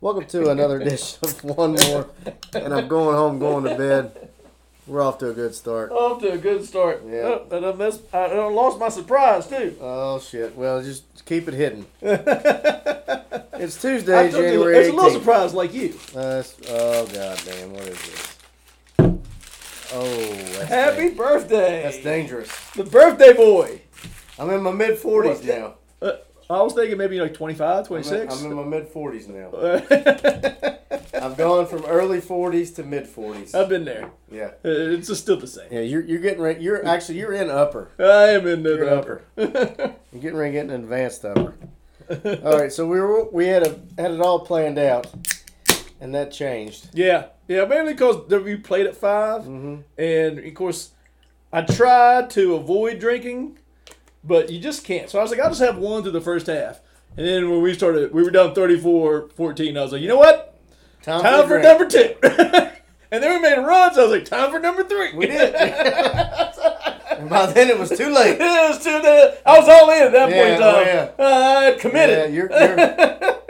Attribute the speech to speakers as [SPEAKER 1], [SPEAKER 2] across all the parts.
[SPEAKER 1] Welcome to another edition of One More, and I'm going home, going to bed. We're off to a good start.
[SPEAKER 2] Off to a good start.
[SPEAKER 1] Yeah.
[SPEAKER 2] Oh, and I missed. I, I lost my surprise too.
[SPEAKER 1] Oh shit! Well, just keep it hidden. It's
[SPEAKER 2] I
[SPEAKER 1] Tuesday,
[SPEAKER 2] told you-
[SPEAKER 1] January
[SPEAKER 2] it's a little
[SPEAKER 1] 18th.
[SPEAKER 2] surprise, like you.
[SPEAKER 1] Uh, it's- oh god damn! What is this? Oh, that's
[SPEAKER 2] Happy
[SPEAKER 1] dang-
[SPEAKER 2] birthday!
[SPEAKER 1] That's dangerous.
[SPEAKER 2] the birthday boy.
[SPEAKER 1] I'm in my mid 40s
[SPEAKER 2] What?
[SPEAKER 1] now.
[SPEAKER 2] Uh, I was thinking maybe like 25,
[SPEAKER 1] I'm in,
[SPEAKER 2] 26.
[SPEAKER 1] I'm in my mid 40s now.
[SPEAKER 2] Uh,
[SPEAKER 1] I've gone from early 40s to mid 40s.
[SPEAKER 2] I've been there.
[SPEAKER 1] Yeah.
[SPEAKER 2] Uh, It's just still the same.
[SPEAKER 1] Yeah, you're, you're getting ready. You're actually you're in upper.
[SPEAKER 2] I am in
[SPEAKER 1] You're
[SPEAKER 2] the
[SPEAKER 1] an
[SPEAKER 2] upper.
[SPEAKER 1] You're getting ready to get an advanced upper. all right, so we were we had a had it all planned out, and that changed.
[SPEAKER 2] yeah, yeah, mainly because we played at 5
[SPEAKER 1] Mhm.
[SPEAKER 2] and of course, I tried to avoid drinking, but you just can't. So I was like, I'll just have one through the first half. And then when we started, we were down 34 14. I was like, you know what?
[SPEAKER 1] Time,
[SPEAKER 2] Time for
[SPEAKER 1] drink.
[SPEAKER 2] number two. and then we made runs. I was like, time for number three.
[SPEAKER 1] We did. and by then it was too late.
[SPEAKER 2] It was to the, I was all in at that point in
[SPEAKER 1] Yeah, oh,
[SPEAKER 2] time. Uh,
[SPEAKER 1] Yeah,
[SPEAKER 2] committed.
[SPEAKER 1] you're, you're,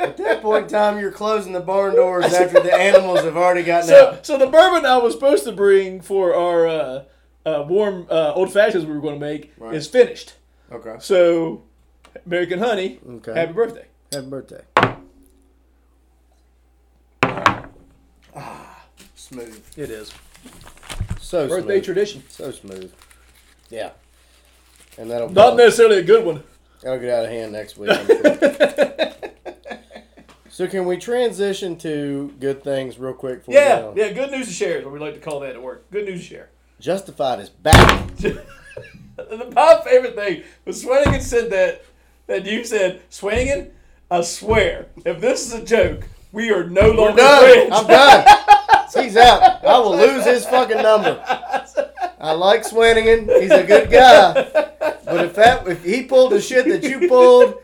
[SPEAKER 1] at that point in time, you're closing the barn doors after the animals have already gotten
[SPEAKER 2] so,
[SPEAKER 1] out.
[SPEAKER 2] so the bourbon I was supposed to bring for our uh, uh, warm uh, old fashions we were going to make
[SPEAKER 1] Right.
[SPEAKER 2] is finished.
[SPEAKER 1] Okay.
[SPEAKER 2] So, American Honey,
[SPEAKER 1] Okay.
[SPEAKER 2] happy birthday.
[SPEAKER 1] Happy birthday. Ah, smooth.
[SPEAKER 2] It is.
[SPEAKER 1] So
[SPEAKER 2] Birthday
[SPEAKER 1] smooth.
[SPEAKER 2] tradition.
[SPEAKER 1] so smooth. Yeah. And that'll
[SPEAKER 2] Not necessarily a good one.
[SPEAKER 1] That'll get out of hand next week. I'm sure. so can we transition to good things real quick? For
[SPEAKER 2] Yeah,
[SPEAKER 1] Now?
[SPEAKER 2] yeah, good news to share is what we like to call that at work. Good news to share.
[SPEAKER 1] Justified is back.
[SPEAKER 2] The- My favorite thing was Swanigan said that that you said Swanigan. I swear, if this is a joke, we are no
[SPEAKER 1] We're
[SPEAKER 2] longer
[SPEAKER 1] done.
[SPEAKER 2] friends.
[SPEAKER 1] I'm done. He's out. I will lose his fucking number. I like Swanigan. He's a good guy. But if that if he pulled the shit that you pulled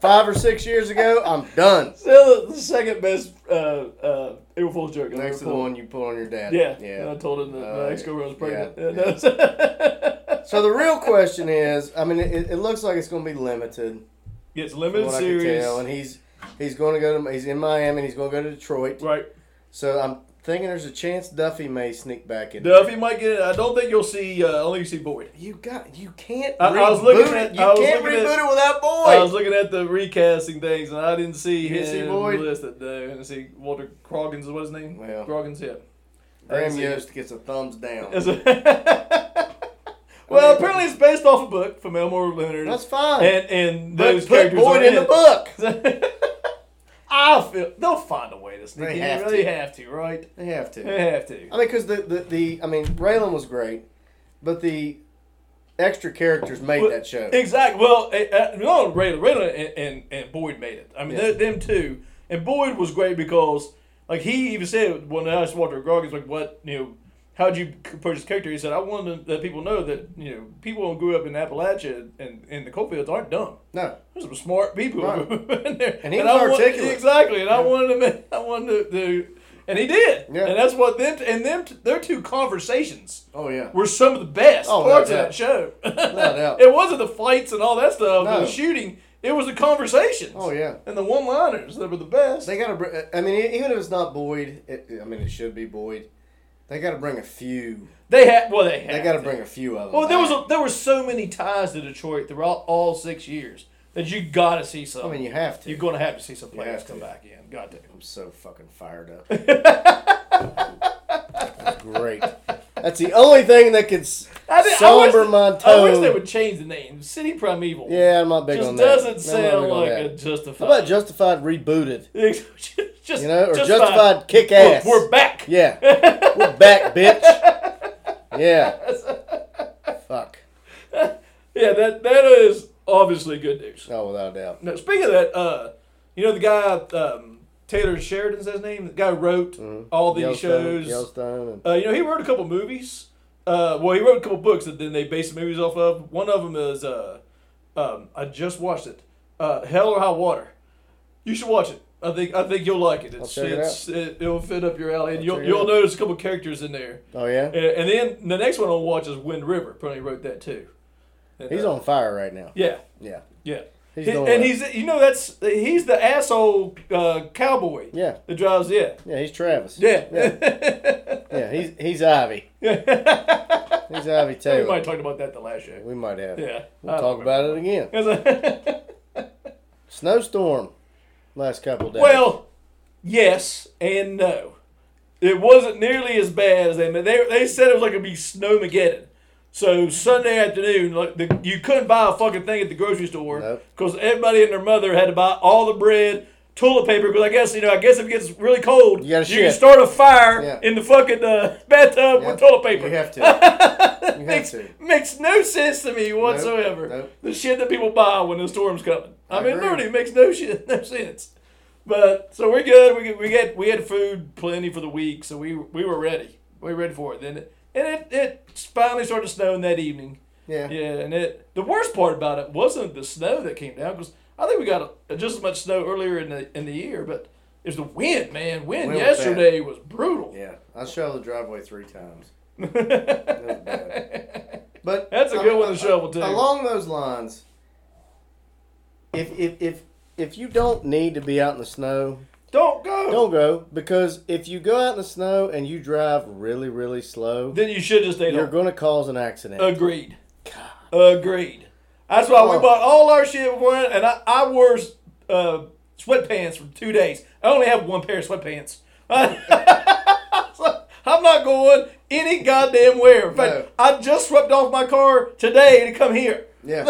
[SPEAKER 1] five or six years ago, I'm done.
[SPEAKER 2] Still, the second best uh, uh, April Fool's joke. I've
[SPEAKER 1] Next
[SPEAKER 2] ever
[SPEAKER 1] to the
[SPEAKER 2] pulled.
[SPEAKER 1] one you pulled on your dad.
[SPEAKER 2] Yeah, yeah. I
[SPEAKER 1] Yeah.
[SPEAKER 2] told him that
[SPEAKER 1] Uh,
[SPEAKER 2] my ex girlfriend was pregnant.
[SPEAKER 1] yeah,
[SPEAKER 2] Yeah, no.
[SPEAKER 1] So the real question is, I mean, it, it looks like it's going to be limited.
[SPEAKER 2] it's
[SPEAKER 1] from
[SPEAKER 2] limited
[SPEAKER 1] what I can
[SPEAKER 2] series.
[SPEAKER 1] tell, and he's he's going to go to he's in Miami. and He's going to go to Detroit.
[SPEAKER 2] right.
[SPEAKER 1] So I'm thinking there's a chance Duffy may sneak back in.
[SPEAKER 2] Duffy might get it. I don't think you'll see. Uh, only you see Boyd.
[SPEAKER 1] You got you can't.
[SPEAKER 2] I- I was looking
[SPEAKER 1] reboot
[SPEAKER 2] at-
[SPEAKER 1] it. you
[SPEAKER 2] I was
[SPEAKER 1] can't
[SPEAKER 2] looking at-
[SPEAKER 1] reboot it without boy.
[SPEAKER 2] I was looking at the recasting things, and I didn't see
[SPEAKER 1] You
[SPEAKER 2] him
[SPEAKER 1] didn't see Boyd?
[SPEAKER 2] listed. No, I didn't see Walter Croggins. What his name?
[SPEAKER 1] Well.
[SPEAKER 2] Croggins. Yeah.
[SPEAKER 1] Graham
[SPEAKER 2] I
[SPEAKER 1] Yost gets a thumbs down.
[SPEAKER 2] Is it- well, apparently it's based off a book from Elmore Leonard.
[SPEAKER 1] That's fine.
[SPEAKER 2] and and
[SPEAKER 1] but
[SPEAKER 2] those
[SPEAKER 1] put
[SPEAKER 2] characters
[SPEAKER 1] Boyd
[SPEAKER 2] are
[SPEAKER 1] in the book.
[SPEAKER 2] book. I feel they'll find a way to sneak
[SPEAKER 1] They
[SPEAKER 2] in.
[SPEAKER 1] have
[SPEAKER 2] they really
[SPEAKER 1] to.
[SPEAKER 2] have to, right?
[SPEAKER 1] They have to.
[SPEAKER 2] They have to.
[SPEAKER 1] I mean, because the, the the I mean, Raylan was great, but the extra characters made
[SPEAKER 2] Well,
[SPEAKER 1] that show.
[SPEAKER 2] Exactly. Well, uh, uh, no, Raylan, Raylan and, and, and Boyd made it. I mean,
[SPEAKER 1] Yeah.
[SPEAKER 2] th them two. And Boyd was great because, like, he even said when I asked Walter Goggins, like, what, you know, how'd you c- purchase the character? He said, I wanted to let people know that, you know, people who grew up in Appalachia and, and the coalfields aren't dumb.
[SPEAKER 1] no,
[SPEAKER 2] There's some smart people
[SPEAKER 1] Right.
[SPEAKER 2] in there.
[SPEAKER 1] And he
[SPEAKER 2] I
[SPEAKER 1] was
[SPEAKER 2] want-
[SPEAKER 1] articulate.
[SPEAKER 2] exactly. And I wanted to make, I wanted to, to, and he did.
[SPEAKER 1] Yeah.
[SPEAKER 2] And that's what them, and them, t- their two conversations
[SPEAKER 1] oh yeah,
[SPEAKER 2] were some of the best
[SPEAKER 1] Oh, no
[SPEAKER 2] parts of
[SPEAKER 1] doubt.
[SPEAKER 2] that show.
[SPEAKER 1] doubt.
[SPEAKER 2] it wasn't the fights and all that stuff,
[SPEAKER 1] No.
[SPEAKER 2] and the shooting. It was the conversations.
[SPEAKER 1] oh yeah.
[SPEAKER 2] And the one-liners that were the best.
[SPEAKER 1] They got to. br I mean, e-, even if it's not Boyd, it, I mean, it should be Boyd. They got to bring a few.
[SPEAKER 2] They had well, they had.
[SPEAKER 1] They got to bring a few of them.
[SPEAKER 2] Well, there was
[SPEAKER 1] back.
[SPEAKER 2] a, there were so many ties to Detroit throughout all six years that you got to see some.
[SPEAKER 1] I mean, you have to.
[SPEAKER 2] you're going to have to see some players
[SPEAKER 1] have
[SPEAKER 2] come
[SPEAKER 1] to.
[SPEAKER 2] back in. God damn.
[SPEAKER 1] I'm so fucking fired up. That's great. That's the only thing that could s-
[SPEAKER 2] I did- I
[SPEAKER 1] somber
[SPEAKER 2] wish-
[SPEAKER 1] my
[SPEAKER 2] I wish
[SPEAKER 1] tone.
[SPEAKER 2] they would change the name. City Primeval.
[SPEAKER 1] yeah, I'm not big
[SPEAKER 2] Just
[SPEAKER 1] on that.
[SPEAKER 2] doesn't
[SPEAKER 1] I'm not big
[SPEAKER 2] sound
[SPEAKER 1] on
[SPEAKER 2] like
[SPEAKER 1] that.
[SPEAKER 2] a justified.
[SPEAKER 1] How about Justified rebooted?
[SPEAKER 2] just
[SPEAKER 1] You know, or
[SPEAKER 2] just
[SPEAKER 1] Justified kick
[SPEAKER 2] We're,
[SPEAKER 1] ass?
[SPEAKER 2] we're back.
[SPEAKER 1] yeah, we're back, bitch. Yeah. Fuck.
[SPEAKER 2] Yeah, that that is obviously good news.
[SPEAKER 1] No, Oh, without a doubt.
[SPEAKER 2] Now, speaking of that, uh, you know the guy um, Taylor Sheridan's his name. The guy who wrote all these
[SPEAKER 1] Mm-hmm. Yellowstone-
[SPEAKER 2] shows.
[SPEAKER 1] Yellowstone and
[SPEAKER 2] Uh, you know, he wrote a couple movies. Uh, well, he wrote a couple books that then they based the movies off of. One of them is uh, um, I just watched it, uh, Hell or High Water. You should watch it. I think I think you'll like it. It's,
[SPEAKER 1] check it
[SPEAKER 2] it's it, it'll fit up your alley, and
[SPEAKER 1] I'll
[SPEAKER 2] you'll
[SPEAKER 1] check it
[SPEAKER 2] you'll
[SPEAKER 1] out.
[SPEAKER 2] notice a couple characters in there.
[SPEAKER 1] Oh yeah,
[SPEAKER 2] And, and then the next one I'll watch is Wind River. Apparently, he wrote that too. And,
[SPEAKER 1] he's
[SPEAKER 2] uh,
[SPEAKER 1] on fire right now.
[SPEAKER 2] Yeah,
[SPEAKER 1] Yeah,
[SPEAKER 2] yeah.
[SPEAKER 1] He's
[SPEAKER 2] He-
[SPEAKER 1] doing
[SPEAKER 2] and
[SPEAKER 1] that.
[SPEAKER 2] he's you know that's he's the asshole uh, cowboy
[SPEAKER 1] yeah,
[SPEAKER 2] that drives it.
[SPEAKER 1] yeah, he's Travis.
[SPEAKER 2] Yeah.
[SPEAKER 1] yeah, yeah, he's he's Ivy. He's Ivy
[SPEAKER 2] we
[SPEAKER 1] Taylor.
[SPEAKER 2] might have talked about that the last year.
[SPEAKER 1] We might have.
[SPEAKER 2] Yeah. Uh,
[SPEAKER 1] We'll talk about it again.
[SPEAKER 2] it.
[SPEAKER 1] Snowstorm last couple days.
[SPEAKER 2] well, yes and no. It wasn't nearly as bad as they they they said it was like it'd be snowmageddon. So Sunday afternoon, like the, you couldn't buy a fucking thing at the grocery store
[SPEAKER 1] Nope.
[SPEAKER 2] because everybody and their mother had to buy all the bread, toilet paper. Because I guess you know, I guess if it gets really cold,
[SPEAKER 1] You gotta
[SPEAKER 2] can
[SPEAKER 1] shit.
[SPEAKER 2] start a fire
[SPEAKER 1] Yeah.
[SPEAKER 2] in the fucking uh,
[SPEAKER 1] Yep.
[SPEAKER 2] bathtub with toilet paper.
[SPEAKER 1] you have to. you have
[SPEAKER 2] makes,
[SPEAKER 1] to.
[SPEAKER 2] makes no sense to me whatsoever.
[SPEAKER 1] nope.
[SPEAKER 2] The shit that people buy when the storm's coming. I,
[SPEAKER 1] I
[SPEAKER 2] mean,
[SPEAKER 1] agree.
[SPEAKER 2] literally, it makes no shit, no sense. But so we're good. We get, we get we had food plenty for the week, so we we were ready. We were ready for it. Then it, and it it finally started snowing that evening.
[SPEAKER 1] Yeah.
[SPEAKER 2] Yeah, and it the worst part about it wasn't the snow that came down because I think we got just as much snow earlier in the in the year, but it was the wind, man. Wind,
[SPEAKER 1] Wind was bad.
[SPEAKER 2] yesterday was, brutal.
[SPEAKER 1] Yeah. I shoveled the driveway three times. That was bad. But
[SPEAKER 2] That's a
[SPEAKER 1] I-
[SPEAKER 2] good one to shovel too.
[SPEAKER 1] Along those lines, if if if if you don't need to be out in the snow,
[SPEAKER 2] Don't go.
[SPEAKER 1] don't go because if you go out in the snow and you drive really really slow,
[SPEAKER 2] Then you should just stay
[SPEAKER 1] you're
[SPEAKER 2] home.
[SPEAKER 1] going to cause an accident.
[SPEAKER 2] Agreed. Agreed. That's why we
[SPEAKER 1] Oh.
[SPEAKER 2] bought all our shit before, and I, I wore uh, sweatpants for two days. I only have one pair of sweatpants. I'm not going any goddamn where. In fact,
[SPEAKER 1] No.
[SPEAKER 2] I just swept off my car today to come here.
[SPEAKER 1] Yeah.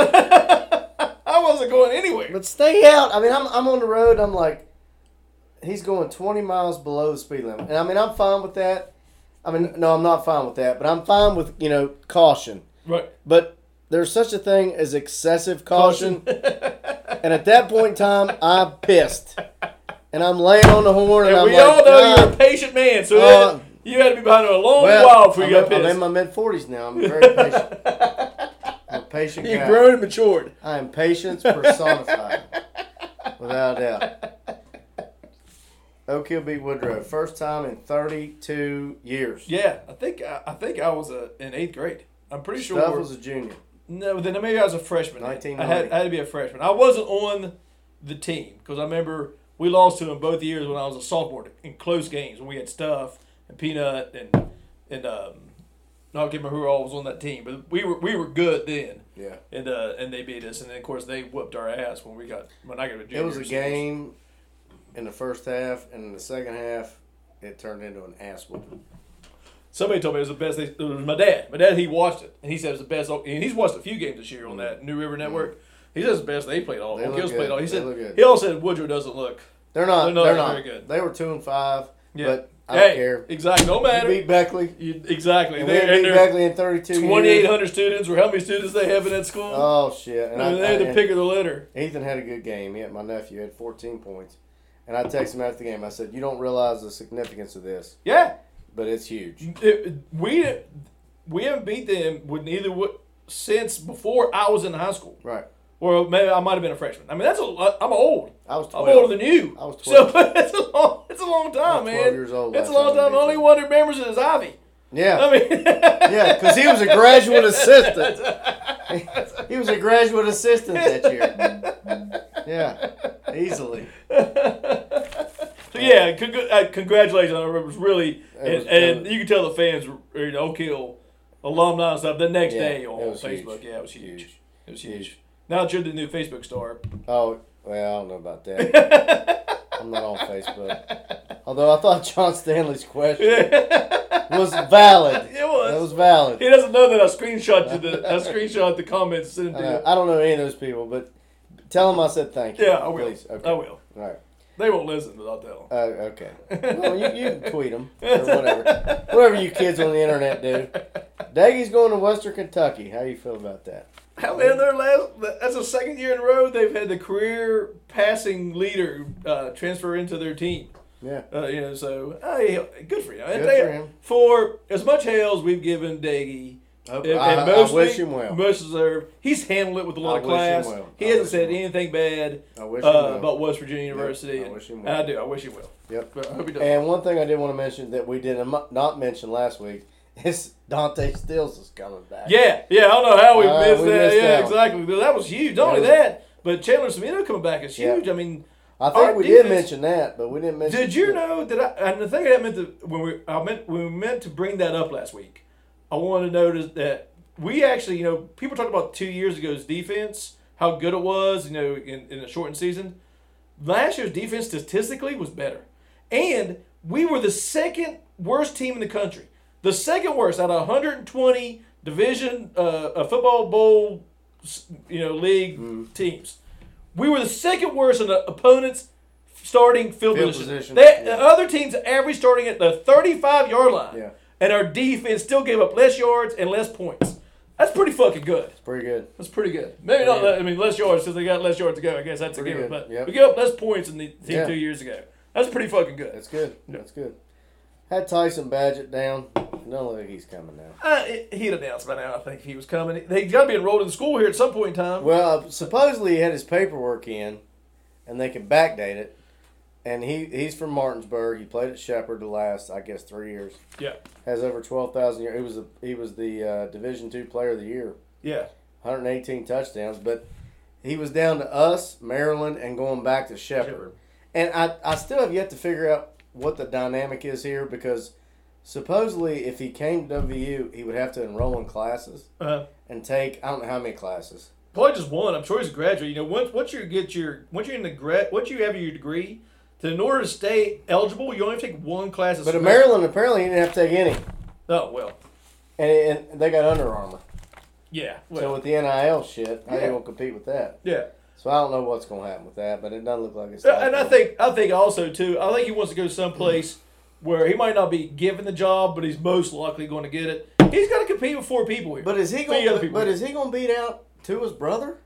[SPEAKER 2] I wasn't going anywhere.
[SPEAKER 1] but stay out. I mean, I'm I'm on the road. I'm like, he's going 20 miles below the speed limit, and I mean, I'm fine with that. I mean, no, I'm not fine with that, but I'm fine with you know caution.
[SPEAKER 2] Right.
[SPEAKER 1] But there's such a thing as excessive caution. and at that point in time, I'm pissed. And I'm laying on the horn and,
[SPEAKER 2] And
[SPEAKER 1] I'm
[SPEAKER 2] we
[SPEAKER 1] like,
[SPEAKER 2] all know you're a
[SPEAKER 1] "God."
[SPEAKER 2] patient man, so
[SPEAKER 1] Uh,
[SPEAKER 2] you had to be behind it a long
[SPEAKER 1] Well,
[SPEAKER 2] while before
[SPEAKER 1] I'm,
[SPEAKER 2] you got
[SPEAKER 1] in- I'm
[SPEAKER 2] pissed.
[SPEAKER 1] in my mid 40s now. I'm very patient. I'm a patient guy.
[SPEAKER 2] and matured.
[SPEAKER 1] I am patience personified, without a doubt. Oak Hill beat Woodrow. First time in 32 years.
[SPEAKER 2] Yeah, I think I, I think I was uh, in eighth grade. I'm pretty sure.
[SPEAKER 1] Duff was a junior.
[SPEAKER 2] No, then maybe I was a freshman. I had,
[SPEAKER 1] 1990.
[SPEAKER 2] I had to be a freshman. I wasn't on the team because I remember we lost to them both years when I was a sophomore in close games when we had Stuff and Peanut and and um, I don't remember who all was on that team, but we were we were good then.
[SPEAKER 1] Yeah.
[SPEAKER 2] And uh, and they beat us, and then of course they whooped our ass when we got when I got a junior.
[SPEAKER 1] It was a
[SPEAKER 2] or senior.
[SPEAKER 1] game in the first half, and in the second half, it turned into an ass whooping.
[SPEAKER 2] Somebody told me it was the best. They, it was my dad. My dad, he watched it, and he said it was the best. And he's watched a few games this year on that New River Network. He says it's the best they played all.
[SPEAKER 1] Mm-hmm. They look
[SPEAKER 2] Oak Hill's
[SPEAKER 1] good.
[SPEAKER 2] played all. He
[SPEAKER 1] They look
[SPEAKER 2] said
[SPEAKER 1] good.
[SPEAKER 2] he also said Woodrow doesn't look.
[SPEAKER 1] They're not.
[SPEAKER 2] They're
[SPEAKER 1] They're
[SPEAKER 2] not
[SPEAKER 1] not,
[SPEAKER 2] very good.
[SPEAKER 1] They were two and five,
[SPEAKER 2] Yeah.
[SPEAKER 1] but I
[SPEAKER 2] hey,
[SPEAKER 1] don't care.
[SPEAKER 2] Exactly. No
[SPEAKER 1] We
[SPEAKER 2] matter.
[SPEAKER 1] beat Beckley.
[SPEAKER 2] You- exactly.
[SPEAKER 1] And we
[SPEAKER 2] they,
[SPEAKER 1] had beat
[SPEAKER 2] and they're
[SPEAKER 1] Beckley in 32 years.
[SPEAKER 2] 2,800 students, or how many students they have in that school.
[SPEAKER 1] Oh shit! And
[SPEAKER 2] I
[SPEAKER 1] I,
[SPEAKER 2] mean, they had
[SPEAKER 1] I-
[SPEAKER 2] the pick of the litter.
[SPEAKER 1] Ethan had a good game. He had, my nephew had 14 points, and I texted him after the game. I said, "You don't realize the significance of this,
[SPEAKER 2] Yeah.
[SPEAKER 1] but it's huge."
[SPEAKER 2] It- it- we we haven't beat them with neither wo- since before I was in high school,
[SPEAKER 1] Right.
[SPEAKER 2] or maybe I might have been a freshman. I mean, that's a. lot- I'm old.
[SPEAKER 1] I was
[SPEAKER 2] I'm
[SPEAKER 1] 12.
[SPEAKER 2] older than you.
[SPEAKER 1] I was
[SPEAKER 2] So it's a long, it's a long time,
[SPEAKER 1] was 12
[SPEAKER 2] man.
[SPEAKER 1] years old
[SPEAKER 2] It's a
[SPEAKER 1] last
[SPEAKER 2] long
[SPEAKER 1] time I
[SPEAKER 2] time. The
[SPEAKER 1] beat
[SPEAKER 2] only
[SPEAKER 1] you.
[SPEAKER 2] one who remembers it is Ivy.
[SPEAKER 1] Yeah,
[SPEAKER 2] I mean,
[SPEAKER 1] yeah, because he was a graduate assistant. he was a graduate assistant that year. Yeah, easily.
[SPEAKER 2] so yeah, con- uh, congratulations. I remember it was really,
[SPEAKER 1] It was-
[SPEAKER 2] and, and
[SPEAKER 1] it
[SPEAKER 2] you can tell the fans, were- you know, Oak Hill alumni and stuff. The next
[SPEAKER 1] Yeah,
[SPEAKER 2] day
[SPEAKER 1] it
[SPEAKER 2] on
[SPEAKER 1] was
[SPEAKER 2] Facebook,
[SPEAKER 1] huge.
[SPEAKER 2] yeah, it was huge.
[SPEAKER 1] Huge.
[SPEAKER 2] It was huge.
[SPEAKER 1] Huge.
[SPEAKER 2] Now that you're the new Facebook star,
[SPEAKER 1] Oh, well, I don't know about that. I'm not on Facebook. Although I thought John Stanley's question was valid.
[SPEAKER 2] It was.
[SPEAKER 1] That was valid.
[SPEAKER 2] he doesn't know that I screenshot you the I screenshot the comments and sent it to
[SPEAKER 1] Uh,
[SPEAKER 2] him.
[SPEAKER 1] I don't know any of those people, but tell them I said thank you.
[SPEAKER 2] Yeah, I will.
[SPEAKER 1] Please. Okay.
[SPEAKER 2] I will.
[SPEAKER 1] All right.
[SPEAKER 2] They won't listen, but I'll tell
[SPEAKER 1] Uh, okay. Well, you, you can tweet them or whatever. whatever you kids on the internet do. Daggy's going to Western Kentucky. How you feel about that?
[SPEAKER 2] How man, their last that's the second year in a row they've had the career passing leader uh, transfer into their team.
[SPEAKER 1] Yeah.
[SPEAKER 2] Uh, you know, so hey, good for you. And
[SPEAKER 1] Good
[SPEAKER 2] they-
[SPEAKER 1] for him.
[SPEAKER 2] for as much hell as we've given Daggy,
[SPEAKER 1] Hope-
[SPEAKER 2] and-
[SPEAKER 1] I-
[SPEAKER 2] and
[SPEAKER 1] I wish him well.
[SPEAKER 2] Most deserved. He's handled it with a lot
[SPEAKER 1] I
[SPEAKER 2] of
[SPEAKER 1] wish him
[SPEAKER 2] class.
[SPEAKER 1] well.
[SPEAKER 2] He
[SPEAKER 1] I
[SPEAKER 2] hasn't
[SPEAKER 1] wish
[SPEAKER 2] said
[SPEAKER 1] him well.
[SPEAKER 2] anything bad
[SPEAKER 1] I wish him
[SPEAKER 2] uh,
[SPEAKER 1] well.
[SPEAKER 2] about West Virginia University.
[SPEAKER 1] I
[SPEAKER 2] and,
[SPEAKER 1] wish him
[SPEAKER 2] and
[SPEAKER 1] well.
[SPEAKER 2] I do. I wish he will.
[SPEAKER 1] Yep.
[SPEAKER 2] But I hope he does.
[SPEAKER 1] And one thing I did want to mention that we did am- not mention last week is Dante Stills is coming back.
[SPEAKER 2] Yeah, yeah, I don't know how we
[SPEAKER 1] Uh,
[SPEAKER 2] missed
[SPEAKER 1] we
[SPEAKER 2] that.
[SPEAKER 1] missed
[SPEAKER 2] yeah,
[SPEAKER 1] out.
[SPEAKER 2] exactly. That was huge. Not only
[SPEAKER 1] was-
[SPEAKER 2] that, But Chandler Smino coming back is
[SPEAKER 1] Yeah.
[SPEAKER 2] huge. I mean,
[SPEAKER 1] I think
[SPEAKER 2] Our
[SPEAKER 1] we did
[SPEAKER 2] defense-
[SPEAKER 1] mention that, but we didn't mention.
[SPEAKER 2] did you know that I and the thing I meant to when we I meant when we meant to bring that up last week, I wanted to notice that we actually, you know, people talked about two years ago's defense, how good it was, you know, in, in a shortened season. Last year's defense statistically was better. And we were the second worst team in the country. The second worst out of 120 division uh, uh, football bowl s- you know league teams. We were the second worst in the opponents starting field,
[SPEAKER 1] Field
[SPEAKER 2] position.
[SPEAKER 1] position,
[SPEAKER 2] That-
[SPEAKER 1] yeah.
[SPEAKER 2] The other teams average starting at the 35 yard line.
[SPEAKER 1] Yeah.
[SPEAKER 2] And our defense still gave up less yards and less points. That's pretty fucking good.
[SPEAKER 1] Pretty good.
[SPEAKER 2] That's pretty good. Maybe not.
[SPEAKER 1] Yeah.
[SPEAKER 2] I mean, less yards since they got less yards to go. I guess that's
[SPEAKER 1] Pretty
[SPEAKER 2] a given.
[SPEAKER 1] good,
[SPEAKER 2] But
[SPEAKER 1] yep.
[SPEAKER 2] we gave up less points than the team
[SPEAKER 1] Yeah.
[SPEAKER 2] two years ago. That's pretty fucking good.
[SPEAKER 1] That's good. That's good. Had Tyson Badgett down. No, think he's coming now.
[SPEAKER 2] Uh, it- he'd announced by now. I think if he was coming. They got to be enrolled in school here at some point in time.
[SPEAKER 1] Well, uh, supposedly he had his paperwork in, and they can backdate it. And he, he's from Martinsburg. He played at Shepherd the last, I guess, three years.
[SPEAKER 2] yeah,
[SPEAKER 1] Has over twelve thousand yards. He was the he was the uh, Division two Player of the Year.
[SPEAKER 2] yeah.
[SPEAKER 1] 118 touchdowns, but he was down to us, Maryland, and going back to Shepherd.
[SPEAKER 2] Shepherd.
[SPEAKER 1] And I, I still have yet to figure out what the dynamic is here because supposedly if he came to WVU, he would have to enroll in classes
[SPEAKER 2] Uh,
[SPEAKER 1] and take I don't know how many classes.
[SPEAKER 2] Probably just one. I'm sure he's a graduate. You know, once once you get your once you're in the grad once you have your degree, to in order to stay eligible, you only have to take one class. a
[SPEAKER 1] But at
[SPEAKER 2] semester.
[SPEAKER 1] Maryland, apparently, he didn't have to take any,
[SPEAKER 2] Oh well,
[SPEAKER 1] and, and they got Under Armour.
[SPEAKER 2] yeah,
[SPEAKER 1] So
[SPEAKER 2] well,
[SPEAKER 1] with the NIL shit, how
[SPEAKER 2] Yeah.
[SPEAKER 1] you gonna compete with that?
[SPEAKER 2] yeah.
[SPEAKER 1] So I don't know what's gonna happen with that, but it doesn't look like it's.
[SPEAKER 2] Uh, And I
[SPEAKER 1] likely.
[SPEAKER 2] think I think also too. I think he wants to go someplace where he might not be given the job, but he's most likely going to get it. He's got to compete with four people here.
[SPEAKER 1] But is he
[SPEAKER 2] Three other
[SPEAKER 1] gonna?
[SPEAKER 2] people.
[SPEAKER 1] But is he gonna beat out Tua's brother?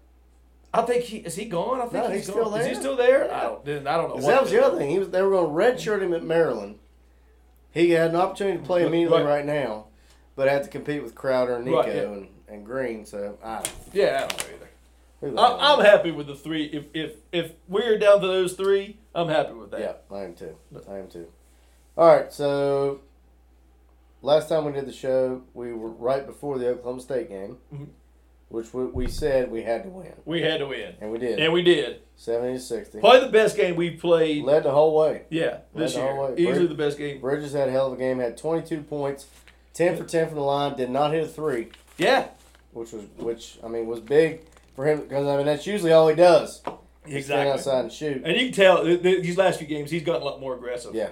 [SPEAKER 2] I think he is he gone. I think
[SPEAKER 1] No,
[SPEAKER 2] he's,
[SPEAKER 1] he's
[SPEAKER 2] gone.
[SPEAKER 1] still
[SPEAKER 2] Is he
[SPEAKER 1] there.
[SPEAKER 2] still there? I don't. then I don't know.
[SPEAKER 1] Because
[SPEAKER 2] what
[SPEAKER 1] that was
[SPEAKER 2] the-
[SPEAKER 1] the other thing. He was they were going to redshirt him at Maryland. He had an opportunity to play immediately right,
[SPEAKER 2] Right.
[SPEAKER 1] now, but had to compete with Crowder and Nico
[SPEAKER 2] Right, yeah.
[SPEAKER 1] and, and Green. So I,
[SPEAKER 2] Yeah, I don't know either.
[SPEAKER 1] who the hell
[SPEAKER 2] I, I'm
[SPEAKER 1] knows?
[SPEAKER 2] happy with the three. If if if we're down to those three, I'm happy with that.
[SPEAKER 1] yeah, I am too. I am too. All right, so last time we did the show, we were right before the Oklahoma State game,
[SPEAKER 2] Mhm.
[SPEAKER 1] which we, we said we had to win,
[SPEAKER 2] We had to win,
[SPEAKER 1] and we did,
[SPEAKER 2] and we did.
[SPEAKER 1] seventy to sixty.
[SPEAKER 2] Probably the best game we've played.
[SPEAKER 1] Led the whole way.
[SPEAKER 2] Yeah, this
[SPEAKER 1] Led the whole
[SPEAKER 2] year,
[SPEAKER 1] way.
[SPEAKER 2] easily
[SPEAKER 1] Brit-
[SPEAKER 2] the best game.
[SPEAKER 1] Bridges had a hell of a game. Had twenty two points, ten for ten from the line. Did not hit a three.
[SPEAKER 2] Yeah,
[SPEAKER 1] which was which I mean was big for him because I mean that's usually all he does. Stand
[SPEAKER 2] exactly.
[SPEAKER 1] outside and shoot.
[SPEAKER 2] And you can tell th- th- these last few games, he's gotten a lot more aggressive.
[SPEAKER 1] Yeah,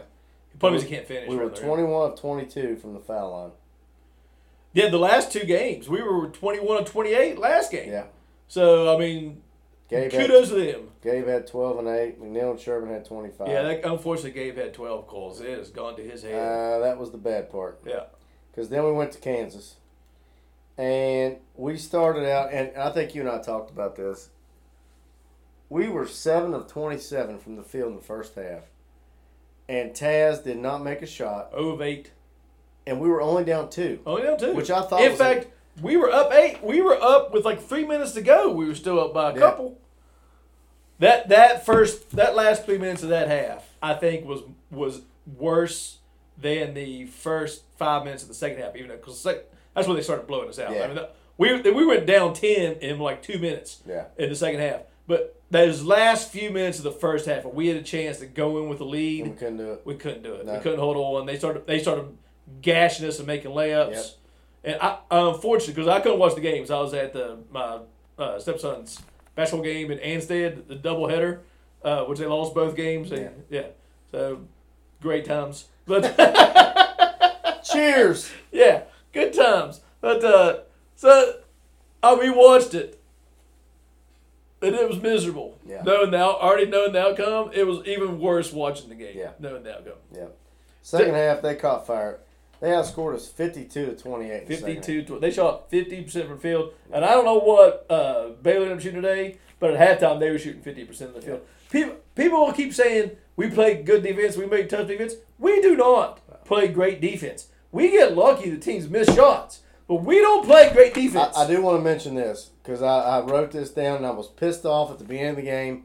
[SPEAKER 2] Probably because he can't finish.
[SPEAKER 1] we were
[SPEAKER 2] rather.
[SPEAKER 1] twenty-one of twenty-two from the foul line.
[SPEAKER 2] Yeah, the last two games, we were 21 of 28 last game.
[SPEAKER 1] Yeah,
[SPEAKER 2] So, I mean,
[SPEAKER 1] Gabe had,
[SPEAKER 2] kudos to them.
[SPEAKER 1] Gabe had twelve and eight. McNeil and Sherman had twenty-five.
[SPEAKER 2] Yeah, that, unfortunately, Gabe had 12 calls. It has gone to his head.
[SPEAKER 1] uh, that was the bad part
[SPEAKER 2] yeah.
[SPEAKER 1] because then we went to Kansas, and we started out and I think you and I talked about this. We were seven of twenty-seven from the field in the first half, and Taz did not make a shot,
[SPEAKER 2] 0 of 8.
[SPEAKER 1] and we were only down two.
[SPEAKER 2] Only down two.
[SPEAKER 1] Which I thought
[SPEAKER 2] Oh, In
[SPEAKER 1] was a-
[SPEAKER 2] fact, we were up eight. We were up with like three minutes to go. We were still up by a
[SPEAKER 1] Yeah.
[SPEAKER 2] couple. That that first that last three minutes of that half, I think was was worse than the first five minutes of the second half. Even though because that's when they started blowing us out.
[SPEAKER 1] Yeah.
[SPEAKER 2] I mean, that- we we went down ten in like two minutes
[SPEAKER 1] Yeah.
[SPEAKER 2] in the second half. But those last few minutes of the first half, when we had a chance to go in with a lead,
[SPEAKER 1] And we couldn't do it.
[SPEAKER 2] we couldn't do it.
[SPEAKER 1] No.
[SPEAKER 2] We couldn't hold on. They started. They started gashing us and making layups.
[SPEAKER 1] Yep.
[SPEAKER 2] And I, unfortunately, because I couldn't watch the games, I was at the my uh, stepson's basketball game in Anstead, the doubleheader, uh, which they lost both games. And, yeah. So great times, but
[SPEAKER 1] Cheers.
[SPEAKER 2] yeah, good times. But uh, so I rewatched it. And it was miserable.
[SPEAKER 1] Yeah.
[SPEAKER 2] Knowing the out, already knowing the outcome, it was even worse watching the game.
[SPEAKER 1] Yeah.
[SPEAKER 2] Knowing the outcome.
[SPEAKER 1] Yeah. Second half, they caught fire. They outscored us fifty-two to twenty-eight. in the second half.
[SPEAKER 2] 52 to, they shot 50% from field and i don't know what uh, baylor ended up shooting today but at halftime they were shooting 50% of the field people, people will keep saying we play good defense we make tough defense we do not play great defense we get lucky the teams miss shots but we don't play great defense
[SPEAKER 1] I, I do want to mention this because I, I wrote this down and I was pissed off at the beginning of the game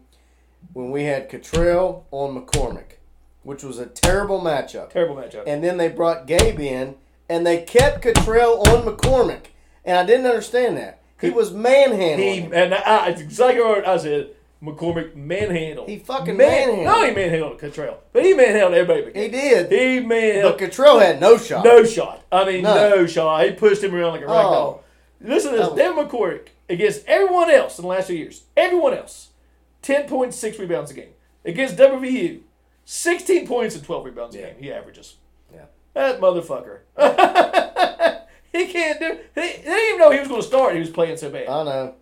[SPEAKER 1] when we had Cottrell on McCormick, which was a terrible matchup.
[SPEAKER 2] terrible matchup
[SPEAKER 1] And then they brought Gabe in and they kept Cottrell on McCormick, and I didn't understand that. He was manhandled.
[SPEAKER 2] He and I, it's exactly what I said. McCormick manhandled.
[SPEAKER 1] He fucking manhandled.
[SPEAKER 2] No, he manhandled Cottrell, but he manhandled everybody.
[SPEAKER 1] He did.
[SPEAKER 2] He
[SPEAKER 1] but
[SPEAKER 2] manhandled.
[SPEAKER 1] Cottrell had no shot.
[SPEAKER 2] no shot. I mean,
[SPEAKER 1] None.
[SPEAKER 2] no. shot. He pushed him around like a rag doll. Listen to this.
[SPEAKER 1] Oh.
[SPEAKER 2] Devin McCormick against everyone else in the last two years. Everyone else, ten point six rebounds a game against WVU. Sixteen points and twelve rebounds a
[SPEAKER 1] Yeah.
[SPEAKER 2] game. He averages.
[SPEAKER 1] Yeah.
[SPEAKER 2] That motherfucker. he can't do. He, they didn't even know he was going to start. He was playing so bad.
[SPEAKER 1] I know.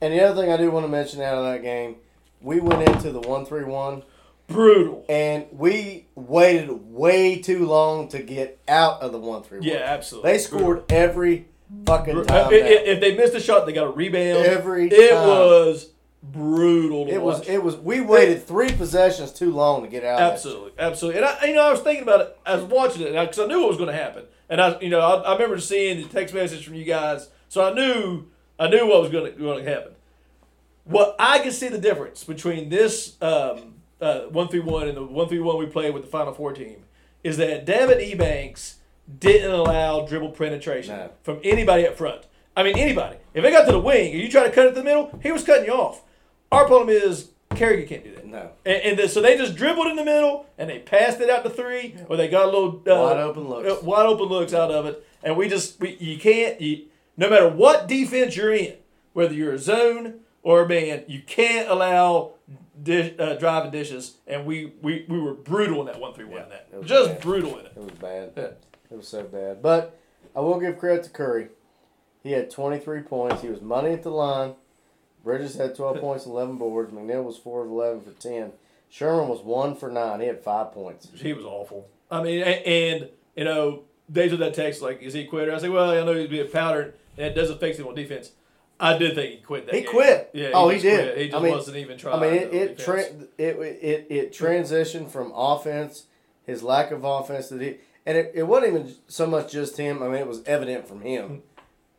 [SPEAKER 1] And the other thing I do want to mention out of that game, we went into the one three one
[SPEAKER 2] Brutal.
[SPEAKER 1] and we waited way too long to get out of the one three one.
[SPEAKER 2] Yeah, absolutely.
[SPEAKER 1] They scored every fucking
[SPEAKER 2] Brutal.
[SPEAKER 1] time.
[SPEAKER 2] If,
[SPEAKER 1] down.
[SPEAKER 2] if they missed a shot, they got a rebound.
[SPEAKER 1] Every
[SPEAKER 2] it
[SPEAKER 1] time.
[SPEAKER 2] was brutal. To
[SPEAKER 1] It was
[SPEAKER 2] watch.
[SPEAKER 1] it was we waited three possessions too long to get out. of it.
[SPEAKER 2] absolutely, absolutely. And I, you know, I was thinking about it. I was watching it because I knew what was going to happen. And I, you know, I, I remember seeing the text message from you guys, so I knew, I knew what was going to going to happen. What I can see the difference between this um, uh, one three one and the one three one we played with the Final Four team is that David Ebanks didn't allow dribble penetration
[SPEAKER 1] No.
[SPEAKER 2] from anybody up front. I mean anybody. If they got to the wing and you try to cut it to the middle, he was cutting you off. Our problem is Kerrigan can't do that.
[SPEAKER 1] No.
[SPEAKER 2] And, and then- so they just dribbled in the middle and they passed it out to three, or they got a little uh,
[SPEAKER 1] Wide open looks.
[SPEAKER 2] uh, wide open looks out of it. And we just we, you can't you, no matter what defense you're in, whether you're a zone or a man, you can't allow dish, uh, driving dishes. And we, we we were brutal in that one three one. in
[SPEAKER 1] it
[SPEAKER 2] That
[SPEAKER 1] was
[SPEAKER 2] just
[SPEAKER 1] bad.
[SPEAKER 2] brutal in it.
[SPEAKER 1] It was bad.
[SPEAKER 2] Yeah.
[SPEAKER 1] It was so bad. But I will give credit to Curry. He had 23 points. He was money at the line. Bridges had 12 points, 11 boards. McNeil was 4 of 11 for 10. Sherman was 1 for 9. He had 5 points.
[SPEAKER 2] He was awful. I mean, a- and, you know, they took that text like, "Is he a quitter?" I say, "Well, I know he's being powdered, and it doesn't fix him on defense." I did think he quit. That
[SPEAKER 1] He
[SPEAKER 2] game.
[SPEAKER 1] quit.
[SPEAKER 2] Yeah.
[SPEAKER 1] Oh, he
[SPEAKER 2] just
[SPEAKER 1] did.
[SPEAKER 2] Quit. He just
[SPEAKER 1] I mean-
[SPEAKER 2] wasn't even trying.
[SPEAKER 1] I mean, it
[SPEAKER 2] on
[SPEAKER 1] it,
[SPEAKER 2] defense.
[SPEAKER 1] tra- it, it, it transitioned from offense, his lack of offense, that he, and it, it wasn't even so much just him. I mean, it was evident from him,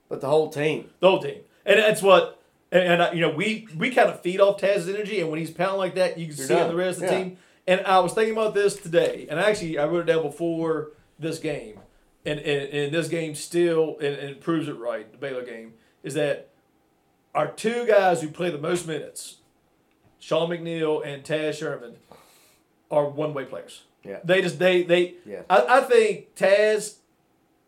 [SPEAKER 1] but the whole team.
[SPEAKER 2] the whole team, and that's what. And, and I, you know, we we kind of feed off Taz's energy, and when he's pounding like that, you can see it
[SPEAKER 1] done.
[SPEAKER 2] in the rest of the
[SPEAKER 1] Yeah.
[SPEAKER 2] team. And I was thinking about this today, and actually, I wrote it down before this game, and and, and this game still and, and it proves it right. The Baylor game is that our two guys who play the most minutes, Sean McNeil and Taz Sherman, are one way players.
[SPEAKER 1] Yeah.
[SPEAKER 2] They just they they.
[SPEAKER 1] Yeah.
[SPEAKER 2] I, I think Taz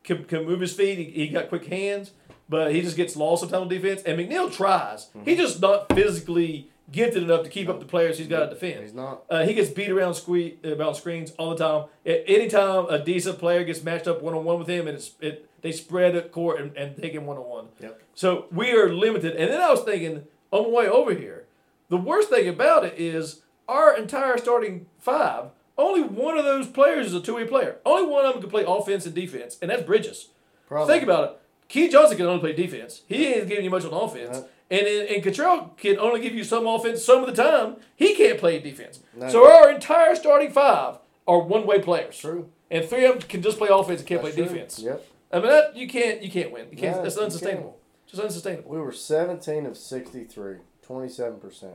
[SPEAKER 2] can, can move his feet. He, he got quick hands, but he just gets lost sometimes on defense. And McNeil tries.
[SPEAKER 1] Mm-hmm.
[SPEAKER 2] He's just not physically gifted enough to keep up the players he's got to defend.
[SPEAKER 1] He's not.
[SPEAKER 2] Uh, he gets beat around sque- around screens all the time. A- anytime a decent player gets matched up one on one with him, and it's it they spread the court and, and take him one on one.
[SPEAKER 1] Yep.
[SPEAKER 2] So we are limited. And then I was thinking on the way over here, the worst thing about it is our entire starting five. Only one of those players is a two way player. Only one of them can play offense and defense, and that's Bridges.
[SPEAKER 1] Probably.
[SPEAKER 2] Think about it. Key Johnson can only play defense. He ain't giving you much on offense. And and, and Cottrell can only give you some offense some of the time. He can't play defense.
[SPEAKER 1] No.
[SPEAKER 2] So our entire starting five are one way players.
[SPEAKER 1] True.
[SPEAKER 2] And three of them can just play offense and can't
[SPEAKER 1] That's
[SPEAKER 2] play
[SPEAKER 1] true.
[SPEAKER 2] defense.
[SPEAKER 1] Yep.
[SPEAKER 2] I mean that you can't you can't win. You can't
[SPEAKER 1] No,
[SPEAKER 2] that's
[SPEAKER 1] you can't.
[SPEAKER 2] unsustainable. Just unsustainable.
[SPEAKER 1] We were 17 of 63, 27%.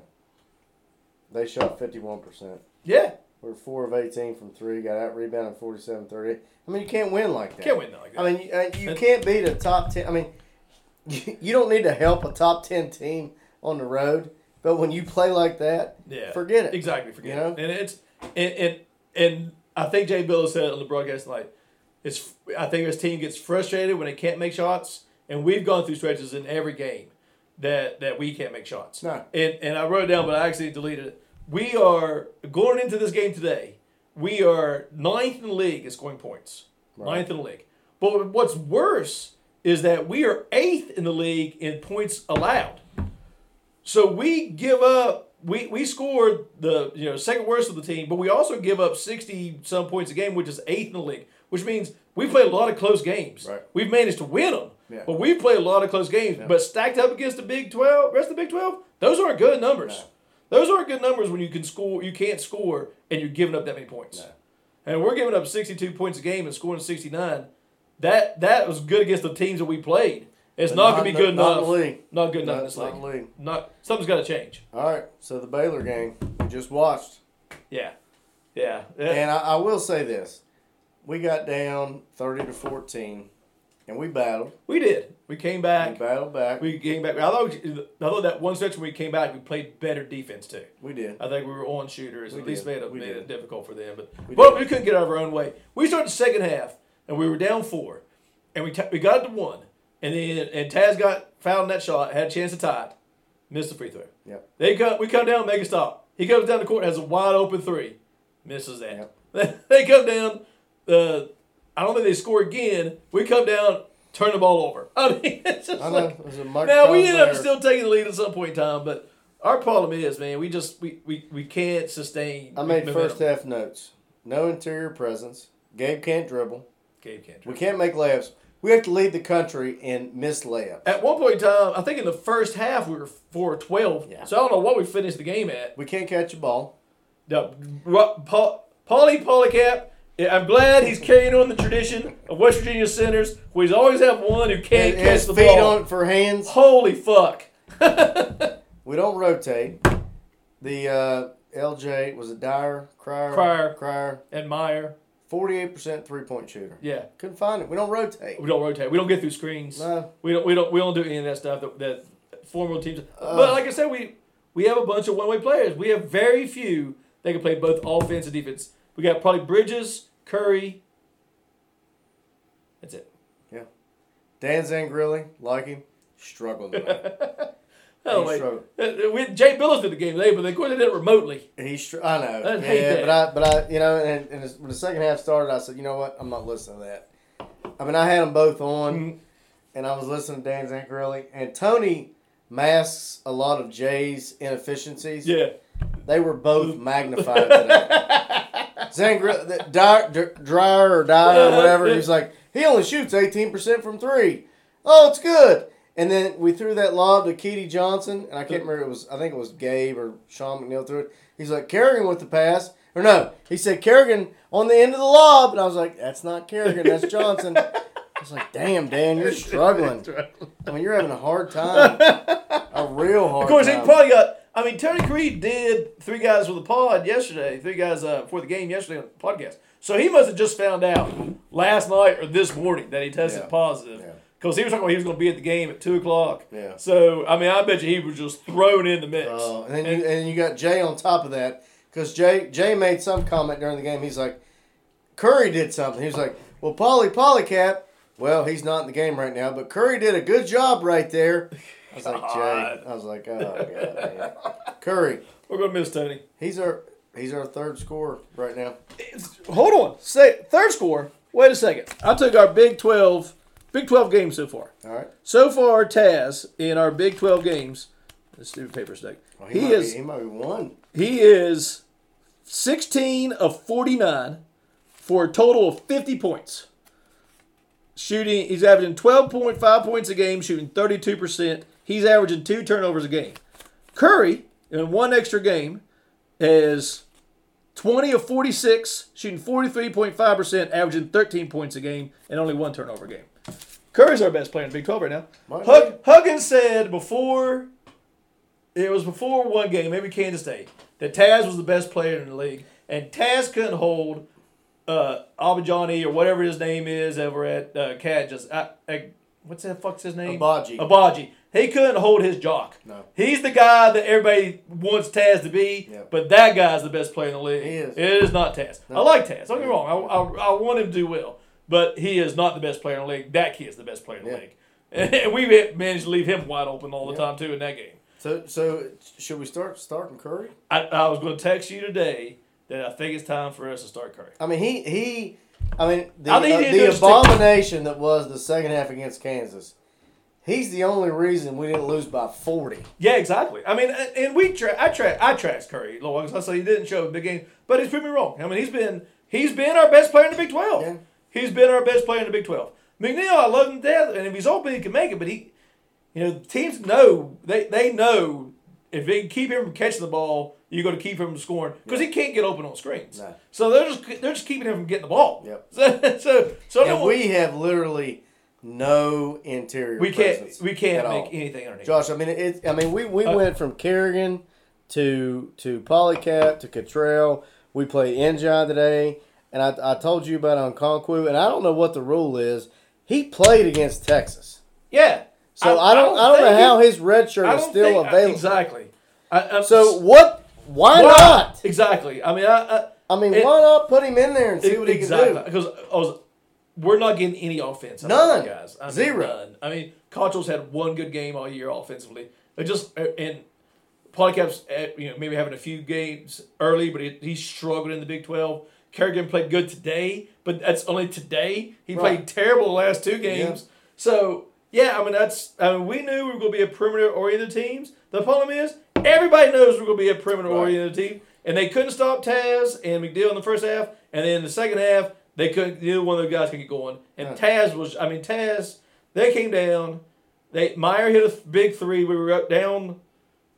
[SPEAKER 1] They shot 51%.
[SPEAKER 2] Yeah.
[SPEAKER 1] We were 4 of 18 from 3, got out rebounded 47 30. I mean, you can't win like that.
[SPEAKER 2] Can't win like that.
[SPEAKER 1] I mean, you, uh, you can't beat a top 10. I mean, you, you don't need to help a top 10 team on the road, but when you play like that,
[SPEAKER 2] Yeah.
[SPEAKER 1] forget it.
[SPEAKER 2] Exactly. Forget
[SPEAKER 1] You know?
[SPEAKER 2] it. And it's and and and I think Jay Billis said it on the broadcast tonight. It's I think his team gets frustrated when they can't make shots, and we've gone through stretches in every game that that we can't make shots.
[SPEAKER 1] No.
[SPEAKER 2] And and I wrote it down, but I actually deleted it. We are going into this game today. We are ninth in the league at scoring points. Ninth in the league. But what's worse is that we are eighth in the league in points allowed. So we give up. We we scored the you know second worst of the team, but we also give up sixty some points a game, which is eighth in the league. Which means we played a lot of close games.
[SPEAKER 1] Right.
[SPEAKER 2] We've managed to win them,
[SPEAKER 1] Yeah.
[SPEAKER 2] but we played a lot of close games. But stacked up against the Big Twelve, rest of the Big Twelve, those aren't good numbers. Those aren't good numbers when you can score, you can't score, and you're giving up that many points. And we're giving up sixty-two points a game and scoring sixty-nine. That that was good against the teams that we played. It's
[SPEAKER 1] But
[SPEAKER 2] not,
[SPEAKER 1] not
[SPEAKER 2] gonna be
[SPEAKER 1] in
[SPEAKER 2] good
[SPEAKER 1] the- not in
[SPEAKER 2] enough.
[SPEAKER 1] the league.
[SPEAKER 2] Not good enough
[SPEAKER 1] Not-
[SPEAKER 2] in this
[SPEAKER 1] not
[SPEAKER 2] league.
[SPEAKER 1] in the league.
[SPEAKER 2] Not something's got to change.
[SPEAKER 1] All right, so the Baylor game we just watched.
[SPEAKER 2] Yeah, yeah.
[SPEAKER 1] And I, I will say this: we got down thirty to fourteen, And we battled.
[SPEAKER 2] We did. We came
[SPEAKER 1] We
[SPEAKER 2] back.
[SPEAKER 1] battled back. We,
[SPEAKER 2] We came back. I thought, I thought that one section we came back, we played better defense too.
[SPEAKER 1] did.
[SPEAKER 2] I think we were on shooters.
[SPEAKER 1] We
[SPEAKER 2] at least
[SPEAKER 1] did.
[SPEAKER 2] made it,
[SPEAKER 1] We
[SPEAKER 2] made it
[SPEAKER 1] did.
[SPEAKER 2] difficult for them. But
[SPEAKER 1] We
[SPEAKER 2] but
[SPEAKER 1] did.
[SPEAKER 2] we couldn't get out of our own way. We started the second half and we were down four, and we t- we got it to one, and then and Taz got fouled in that shot, had a chance to tie it, missed the free throw.
[SPEAKER 1] Yep.
[SPEAKER 2] They come, we come down, make a stop. He comes down the court, has a wide open three, misses that. they come down. Uh, I don't think they score again. We come down, turn the ball over. I mean, it's just
[SPEAKER 1] I know.
[SPEAKER 2] like
[SPEAKER 1] It was a Mark
[SPEAKER 2] now we
[SPEAKER 1] Cobb
[SPEAKER 2] ended up
[SPEAKER 1] player.
[SPEAKER 2] still taking the lead at some point in time, but our problem is, man, we just we we, we can't sustain.
[SPEAKER 1] I made
[SPEAKER 2] momentum.
[SPEAKER 1] first half notes. No interior presence. Gabe can't dribble.
[SPEAKER 2] Gabe can't.
[SPEAKER 1] We can't make layups. We have to lead the country in missed layup.
[SPEAKER 2] At one point in time, I think in the first half we were four twelve.
[SPEAKER 1] Yeah.
[SPEAKER 2] So I don't know what we finished the game at.
[SPEAKER 1] We can't catch a ball.
[SPEAKER 2] No, Ro- Paul, Paulie Polycap. yeah, I'm glad he's carrying on the tradition of West Virginia centers. We always have one who can't
[SPEAKER 1] It
[SPEAKER 2] catch
[SPEAKER 1] has
[SPEAKER 2] the
[SPEAKER 1] feet
[SPEAKER 2] ball.
[SPEAKER 1] on it for hands.
[SPEAKER 2] Holy fuck!
[SPEAKER 1] We don't rotate. The uh, LJ was a dire crier.
[SPEAKER 2] Crier.
[SPEAKER 1] Crier.
[SPEAKER 2] And Meyer,
[SPEAKER 1] 48% three point shooter.
[SPEAKER 2] yeah,
[SPEAKER 1] Couldn't find it. We don't rotate.
[SPEAKER 2] we don't rotate. We don't get through screens.
[SPEAKER 1] No.
[SPEAKER 2] We don't. We don't. We don't do any of that stuff that, that formal teams.
[SPEAKER 1] Uh.
[SPEAKER 2] but like I said, we we have a bunch of one-way players. We have very few that can play both offense and defense. We got probably Bridges, Curry. That's it.
[SPEAKER 1] Dan Zangrilli, like him, struggled tonight.
[SPEAKER 2] Oh,
[SPEAKER 1] He
[SPEAKER 2] wait.
[SPEAKER 1] struggled.
[SPEAKER 2] Uh, uh, we, Jay Billis did the game today, but of course they did it remotely.
[SPEAKER 1] He str- I know.
[SPEAKER 2] I
[SPEAKER 1] yeah,
[SPEAKER 2] hate that.
[SPEAKER 1] but I, but I, you know, and, and as, when the second half started, I said, you know what? I'm not listening to that. I mean, I had them both on,
[SPEAKER 2] Mm-hmm.
[SPEAKER 1] and I was listening to Dan Zangrilli, and Tony masks a lot of Jay's inefficiencies.
[SPEAKER 2] Yeah.
[SPEAKER 1] They were both magnified today. Zangri- the Dyer, D- Dryer or Dyer or whatever, he was like, he only shoots 18% from three. Oh, it's good. And then we threw that lob to Keaty Johnson, and I can't remember, it was, I think it was Gabe or Sean McNeil threw it. He's like, Kerrigan with the pass. Or no, he said Kerrigan on the end of the lob. And I was like, that's not Kerrigan, that's Johnson. I was like, damn, Dan, you're struggling. I mean, you're having a hard time. A real hard
[SPEAKER 2] Of course, they
[SPEAKER 1] time.
[SPEAKER 2] probably got. I mean, Tony Creed did three guys with a pod yesterday. Three guys uh, for the game yesterday on the podcast. So he must have just found out last night or this morning that he tested
[SPEAKER 1] Yeah.
[SPEAKER 2] positive.
[SPEAKER 1] Yeah.
[SPEAKER 2] Because he was talking about he was going to be at the game at two o'clock.
[SPEAKER 1] Yeah.
[SPEAKER 2] So I mean, I bet you he was just thrown in the mix.
[SPEAKER 1] Oh, and then you, and you got Jay on top of that because Jay Jay made some comment during the game. He's like, Curry did something. He was like, well, Polly Polycap. Well, he's not in the game right now, but Curry did a good job right there. I was like, Jay.
[SPEAKER 2] God.
[SPEAKER 1] I was like, oh god, man. Curry.
[SPEAKER 2] We're going to miss Tony.
[SPEAKER 1] He's our he's our third scorer right now.
[SPEAKER 2] Hold on. Say third score. Wait a second. I took our Big Twelve, Big Twelve games so far.
[SPEAKER 1] All right.
[SPEAKER 2] So far, Taz in our Big Twelve games. This stupid paper snake.
[SPEAKER 1] Well, he, might Be, he might be one.
[SPEAKER 2] He is 16 of 49 for a total of 50 points. Shooting, he's averaging 12.5 points a game, shooting 32%. He's averaging two turnovers a game. Curry, in one extra game, is 20 of 46, shooting 43.5%, averaging 13 points a game, and only one turnover a game. Curry's our best player in the Big 12 right now.
[SPEAKER 1] Might
[SPEAKER 2] Hug, Huggins said before it was before one game, maybe Kansas State, that Taz was the best player in the league, and Taz couldn't hold uh, Abajani or whatever his name is over at uh, Cat. Just I, I- what's that fuck's his name?
[SPEAKER 1] Abaji.
[SPEAKER 2] Abaji. He couldn't hold his jock.
[SPEAKER 1] No.
[SPEAKER 2] He's the guy that everybody wants Taz to be,
[SPEAKER 1] Yep.
[SPEAKER 2] but that guy's the best player in the league.
[SPEAKER 1] He is.
[SPEAKER 2] It is not Taz. I like Taz. Don't get me wrong. I, I, I want him to do well, but he is not the best player in the league. That kid's the best player in the
[SPEAKER 1] Yeah.
[SPEAKER 2] league. And we managed to leave him wide open all the time too in that game.
[SPEAKER 1] So so should we start starting Curry?
[SPEAKER 2] I, I was going to text you today that I think it's time for us to start Curry.
[SPEAKER 1] I mean, he he. I mean, the,
[SPEAKER 2] I think
[SPEAKER 1] uh,
[SPEAKER 2] he did
[SPEAKER 1] the
[SPEAKER 2] just-
[SPEAKER 1] abomination that was the second half against Kansas. He's the only reason we didn't lose by forty.
[SPEAKER 2] Yeah, exactly. I mean, and and we tra- I tra- I trashed Curry long as I say he didn't show a big game, but he's proven me wrong. I mean, he's been he's been our best player in the Big Twelve.
[SPEAKER 1] Yeah.
[SPEAKER 2] He's been our best player in the Big Twelve. McNeil, I love him to death, and if he's open, he can make it. But he, you know, teams know they they know if they can keep him from catching the ball, you're going to keep him from scoring because he can't get open on screens.
[SPEAKER 1] No.
[SPEAKER 2] So they're just they're just keeping him from getting the ball.
[SPEAKER 1] Yep.
[SPEAKER 2] So so, so
[SPEAKER 1] And
[SPEAKER 2] no-
[SPEAKER 1] we have literally no interior.
[SPEAKER 2] we can't
[SPEAKER 1] presence
[SPEAKER 2] we can't
[SPEAKER 1] at all.
[SPEAKER 2] make Uh, anything underneath.
[SPEAKER 1] Josh, I mean, it. I mean, we, we went from Kerrigan to to Polycat to Cottrell. We played Enjon today, and I, I told you about Okonkwo, and I don't know what the rule is. He played against Texas,
[SPEAKER 2] Yeah.
[SPEAKER 1] so I, don't I don't know
[SPEAKER 2] think
[SPEAKER 1] how
[SPEAKER 2] it-
[SPEAKER 1] his red shirt
[SPEAKER 2] I
[SPEAKER 1] is
[SPEAKER 2] don't
[SPEAKER 1] still
[SPEAKER 2] think- uh,
[SPEAKER 1] available.
[SPEAKER 2] Exactly. I, I,
[SPEAKER 1] So what? Why,
[SPEAKER 2] Why?
[SPEAKER 1] not?
[SPEAKER 2] Exactly. I mean, I, I
[SPEAKER 1] I mean,
[SPEAKER 2] It-
[SPEAKER 1] why not put him in there and see what he
[SPEAKER 2] exactly
[SPEAKER 1] can do?
[SPEAKER 2] because I was. We're not getting any offense. out of
[SPEAKER 1] None.
[SPEAKER 2] the guys. I mean,
[SPEAKER 1] Zero.
[SPEAKER 2] none. I mean, Cottrell's had one good game all year offensively. It just uh, and Podcaps, you know, maybe having a few games early, but he, he struggled in the Big Twelve. Kerrigan played good today, but that's only today. He
[SPEAKER 1] Right.
[SPEAKER 2] played terrible the last two games. So yeah, I mean that's I mean we knew we were going to be a perimeter oriented teams. The problem is everybody knows we're going to be a perimeter oriented team, and they couldn't stop Taz and McDill in the first half, and then in the second half they couldn't. Neither one of those guys could get going, and Taz was I mean Taz they came down. They Meyer hit a th- big three. We were up down.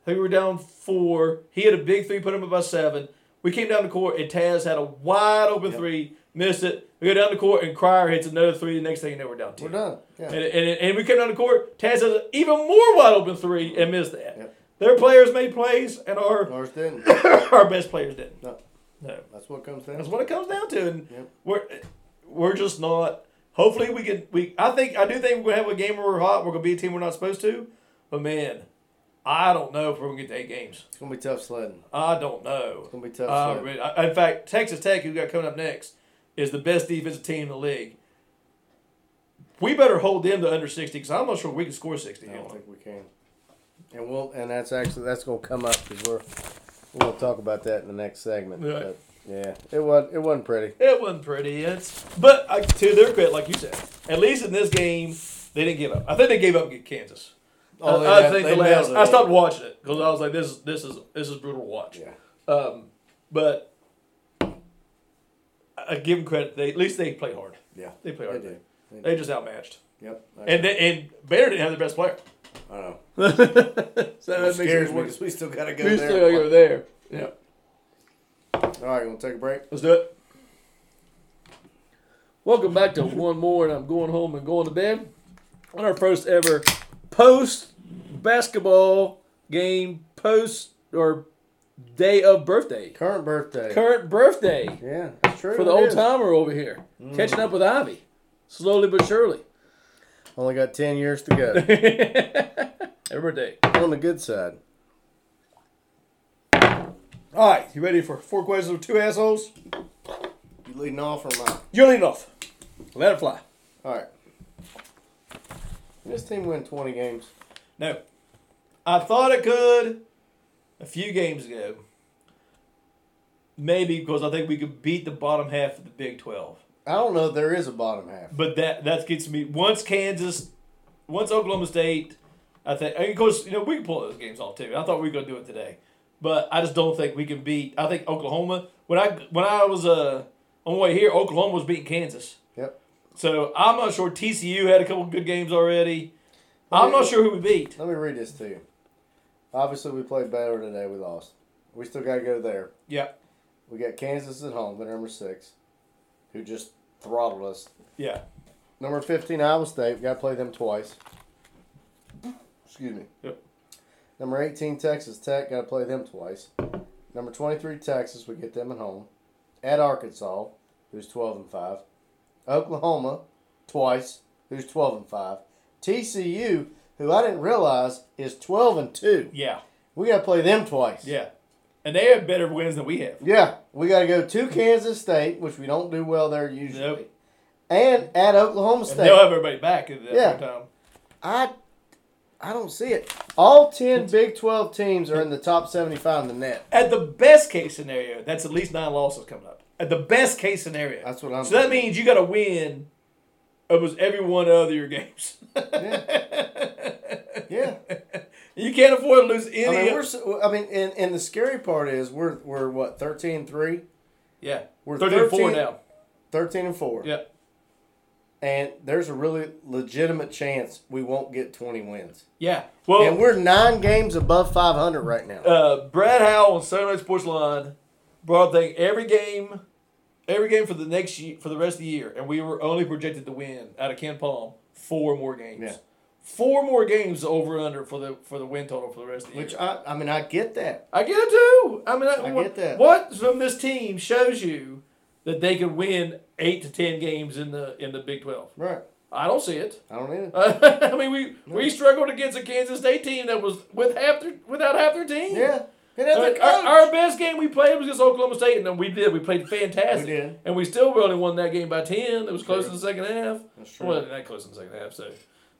[SPEAKER 2] I think we were down four. He hit a big three, put him up by seven. We came down the court, and Taz had a wide open three, missed it. We go down the court, and Crier hits another three. The next thing you know, we're down 10
[SPEAKER 1] We're done. Yeah.
[SPEAKER 2] and, and, and we came down the court. Taz has an even more wide open three and missed that.
[SPEAKER 1] Yep.
[SPEAKER 2] Their players made plays, and our
[SPEAKER 1] Ours didn't.
[SPEAKER 2] our best players didn't.
[SPEAKER 1] No,
[SPEAKER 2] No,
[SPEAKER 1] that's what comes down.
[SPEAKER 2] that's
[SPEAKER 1] to.
[SPEAKER 2] what it comes down to, and
[SPEAKER 1] Yep.
[SPEAKER 2] we're we're just not. Hopefully, we can. We I think I do think we're gonna have a game where we're hot. We're gonna be a team we're not supposed to, but man, I don't know if we're gonna get to eight games.
[SPEAKER 1] It's gonna be tough sledding.
[SPEAKER 2] I don't know.
[SPEAKER 1] It's gonna be tough.
[SPEAKER 2] Uh,
[SPEAKER 1] sledding.
[SPEAKER 2] but I- in fact, Texas Tech, who got coming up next, is the best defensive team in the league. We better hold them to under sixty because I'm not sure we can score sixty.
[SPEAKER 1] I
[SPEAKER 2] on
[SPEAKER 1] don't
[SPEAKER 2] them.
[SPEAKER 1] think we can. And we'll and that's actually that's gonna come up because we're we'll talk about that in the next segment.
[SPEAKER 2] Right.
[SPEAKER 1] But yeah, it was it wasn't pretty.
[SPEAKER 2] It wasn't pretty. It's but I, to their credit, like you said, at least in this game, they didn't give up. I think they gave up against Kansas.
[SPEAKER 1] Oh, they
[SPEAKER 2] I, I
[SPEAKER 1] got-
[SPEAKER 2] think
[SPEAKER 1] they
[SPEAKER 2] the last.
[SPEAKER 1] nailed it.
[SPEAKER 2] I stopped watching it because I was like, this, this is this is brutal to watch.
[SPEAKER 1] Yeah.
[SPEAKER 2] Um, but I I give them credit. They at least they played hard.
[SPEAKER 1] Yeah.
[SPEAKER 2] They played hard.
[SPEAKER 1] They did. They
[SPEAKER 2] They just outmatched.
[SPEAKER 1] Yep. I,
[SPEAKER 2] And they, and Baylor didn't have their best player.
[SPEAKER 1] I know.
[SPEAKER 2] So that
[SPEAKER 1] It
[SPEAKER 2] makes
[SPEAKER 1] scares
[SPEAKER 2] it
[SPEAKER 1] me
[SPEAKER 2] worse.
[SPEAKER 1] 'cause we still gotta go
[SPEAKER 2] We
[SPEAKER 1] there.
[SPEAKER 2] still gotta go there. Yeah.
[SPEAKER 1] All right, you wanna take a break?
[SPEAKER 2] Let's do it. Welcome back to one more, and I'm going home and going to bed. On our first ever post basketball game, post or day of birthday,
[SPEAKER 1] Current birthday.
[SPEAKER 2] current birthday
[SPEAKER 1] yeah, that's true.
[SPEAKER 2] for the
[SPEAKER 1] it
[SPEAKER 2] old
[SPEAKER 1] is.
[SPEAKER 2] timer over here, catching up with Ivy, slowly but surely.
[SPEAKER 1] Only got ten years to go.
[SPEAKER 2] Every day.
[SPEAKER 1] on the good side.
[SPEAKER 2] All right, you ready for four questions with two assholes?
[SPEAKER 1] You leading off or mine?
[SPEAKER 2] You're leading off. Let it fly.
[SPEAKER 1] All right. This team win twenty games.
[SPEAKER 2] No. I thought it could a few games ago. Maybe because I think we could beat the bottom half of the Big 12.
[SPEAKER 1] I don't know if there is a bottom half.
[SPEAKER 2] But that that gets me once Kansas, once Oklahoma State, I think and of course, you know, we can pull those games off too. I thought we were gonna do it today. But I just don't think we can beat I think Oklahoma when I when I was uh on the way here, Oklahoma was beating Kansas.
[SPEAKER 1] Yep.
[SPEAKER 2] So I'm not sure TCU had a couple good games already. I'm not sure who we beat.
[SPEAKER 1] Let me read this to you. Obviously, we played better today. We lost. We still got to go there.
[SPEAKER 2] Yeah.
[SPEAKER 1] We got Kansas at home. They're number six, who just throttled us.
[SPEAKER 2] Yeah.
[SPEAKER 1] Number 15, Iowa State. We got to play them twice. Excuse me.
[SPEAKER 2] Yep.
[SPEAKER 1] Number 18, Texas Tech. Got to play them twice. Number 23, Texas. We get them at home. At Arkansas, who's 12 and 5. Oklahoma, twice, who's 12 and 5. TCU, who I didn't realize is 12 and 2.
[SPEAKER 2] Yeah.
[SPEAKER 1] We got to play them twice.
[SPEAKER 2] Yeah. And they have better wins than we have.
[SPEAKER 1] Yeah. We got to go to Kansas State, which we don't do well there usually,
[SPEAKER 2] Nope.
[SPEAKER 1] and at Oklahoma
[SPEAKER 2] And they'll
[SPEAKER 1] State.
[SPEAKER 2] have everybody back at that
[SPEAKER 1] Yeah.
[SPEAKER 2] time.
[SPEAKER 1] I, I don't see it. All 10 Big 12 teams are in the top 75 in the net.
[SPEAKER 2] At the best case scenario, that's at least nine losses coming up. At the best case scenario.
[SPEAKER 1] That's what I'm
[SPEAKER 2] So that means you got to win almost every one of your games.
[SPEAKER 1] Yeah.
[SPEAKER 2] you can't afford to lose any.
[SPEAKER 1] I mean,
[SPEAKER 2] of-
[SPEAKER 1] we're, so- I mean and, and the scary part is we're, we're what, 13 3?
[SPEAKER 2] yeah.
[SPEAKER 1] we're
[SPEAKER 2] 13 4
[SPEAKER 1] 13
[SPEAKER 2] now.
[SPEAKER 1] 13 and 4.
[SPEAKER 2] Yeah.
[SPEAKER 1] And there's a really legitimate chance we won't get 20 wins.
[SPEAKER 2] Yeah.
[SPEAKER 1] And
[SPEAKER 2] Well,
[SPEAKER 1] we're nine games above 500 right now.
[SPEAKER 2] Oh. uh, Brad Howell on Saturday Night Sports Line brought up thing every game, every game for the next year, for the rest of the year, and we were only projected to win out of Ken Palm four more games.
[SPEAKER 1] Yeah.
[SPEAKER 2] Four more games over and under for the for the win total for the rest of the
[SPEAKER 1] Which
[SPEAKER 2] year.
[SPEAKER 1] I, I mean, I get that.
[SPEAKER 2] I get it too. I mean, I,
[SPEAKER 1] I
[SPEAKER 2] what,
[SPEAKER 1] get that.
[SPEAKER 2] What from this team shows you that they could win eight to ten games in the in the Big Twelve?
[SPEAKER 1] Right.
[SPEAKER 2] I don't see it.
[SPEAKER 1] I don't either.
[SPEAKER 2] I mean, we we struggled against a Kansas State team that was with half their, without half their team.
[SPEAKER 1] Yeah. It
[SPEAKER 2] I
[SPEAKER 1] has
[SPEAKER 2] mean,
[SPEAKER 1] a
[SPEAKER 2] our,
[SPEAKER 1] coach.
[SPEAKER 2] our best game we played was against Oklahoma State, and then we did. We played fantastic.
[SPEAKER 1] We did.
[SPEAKER 2] And we still really won that game by 10. It was close in the second half.
[SPEAKER 1] That's true.
[SPEAKER 2] Well, it wasn't that close in the second half, so.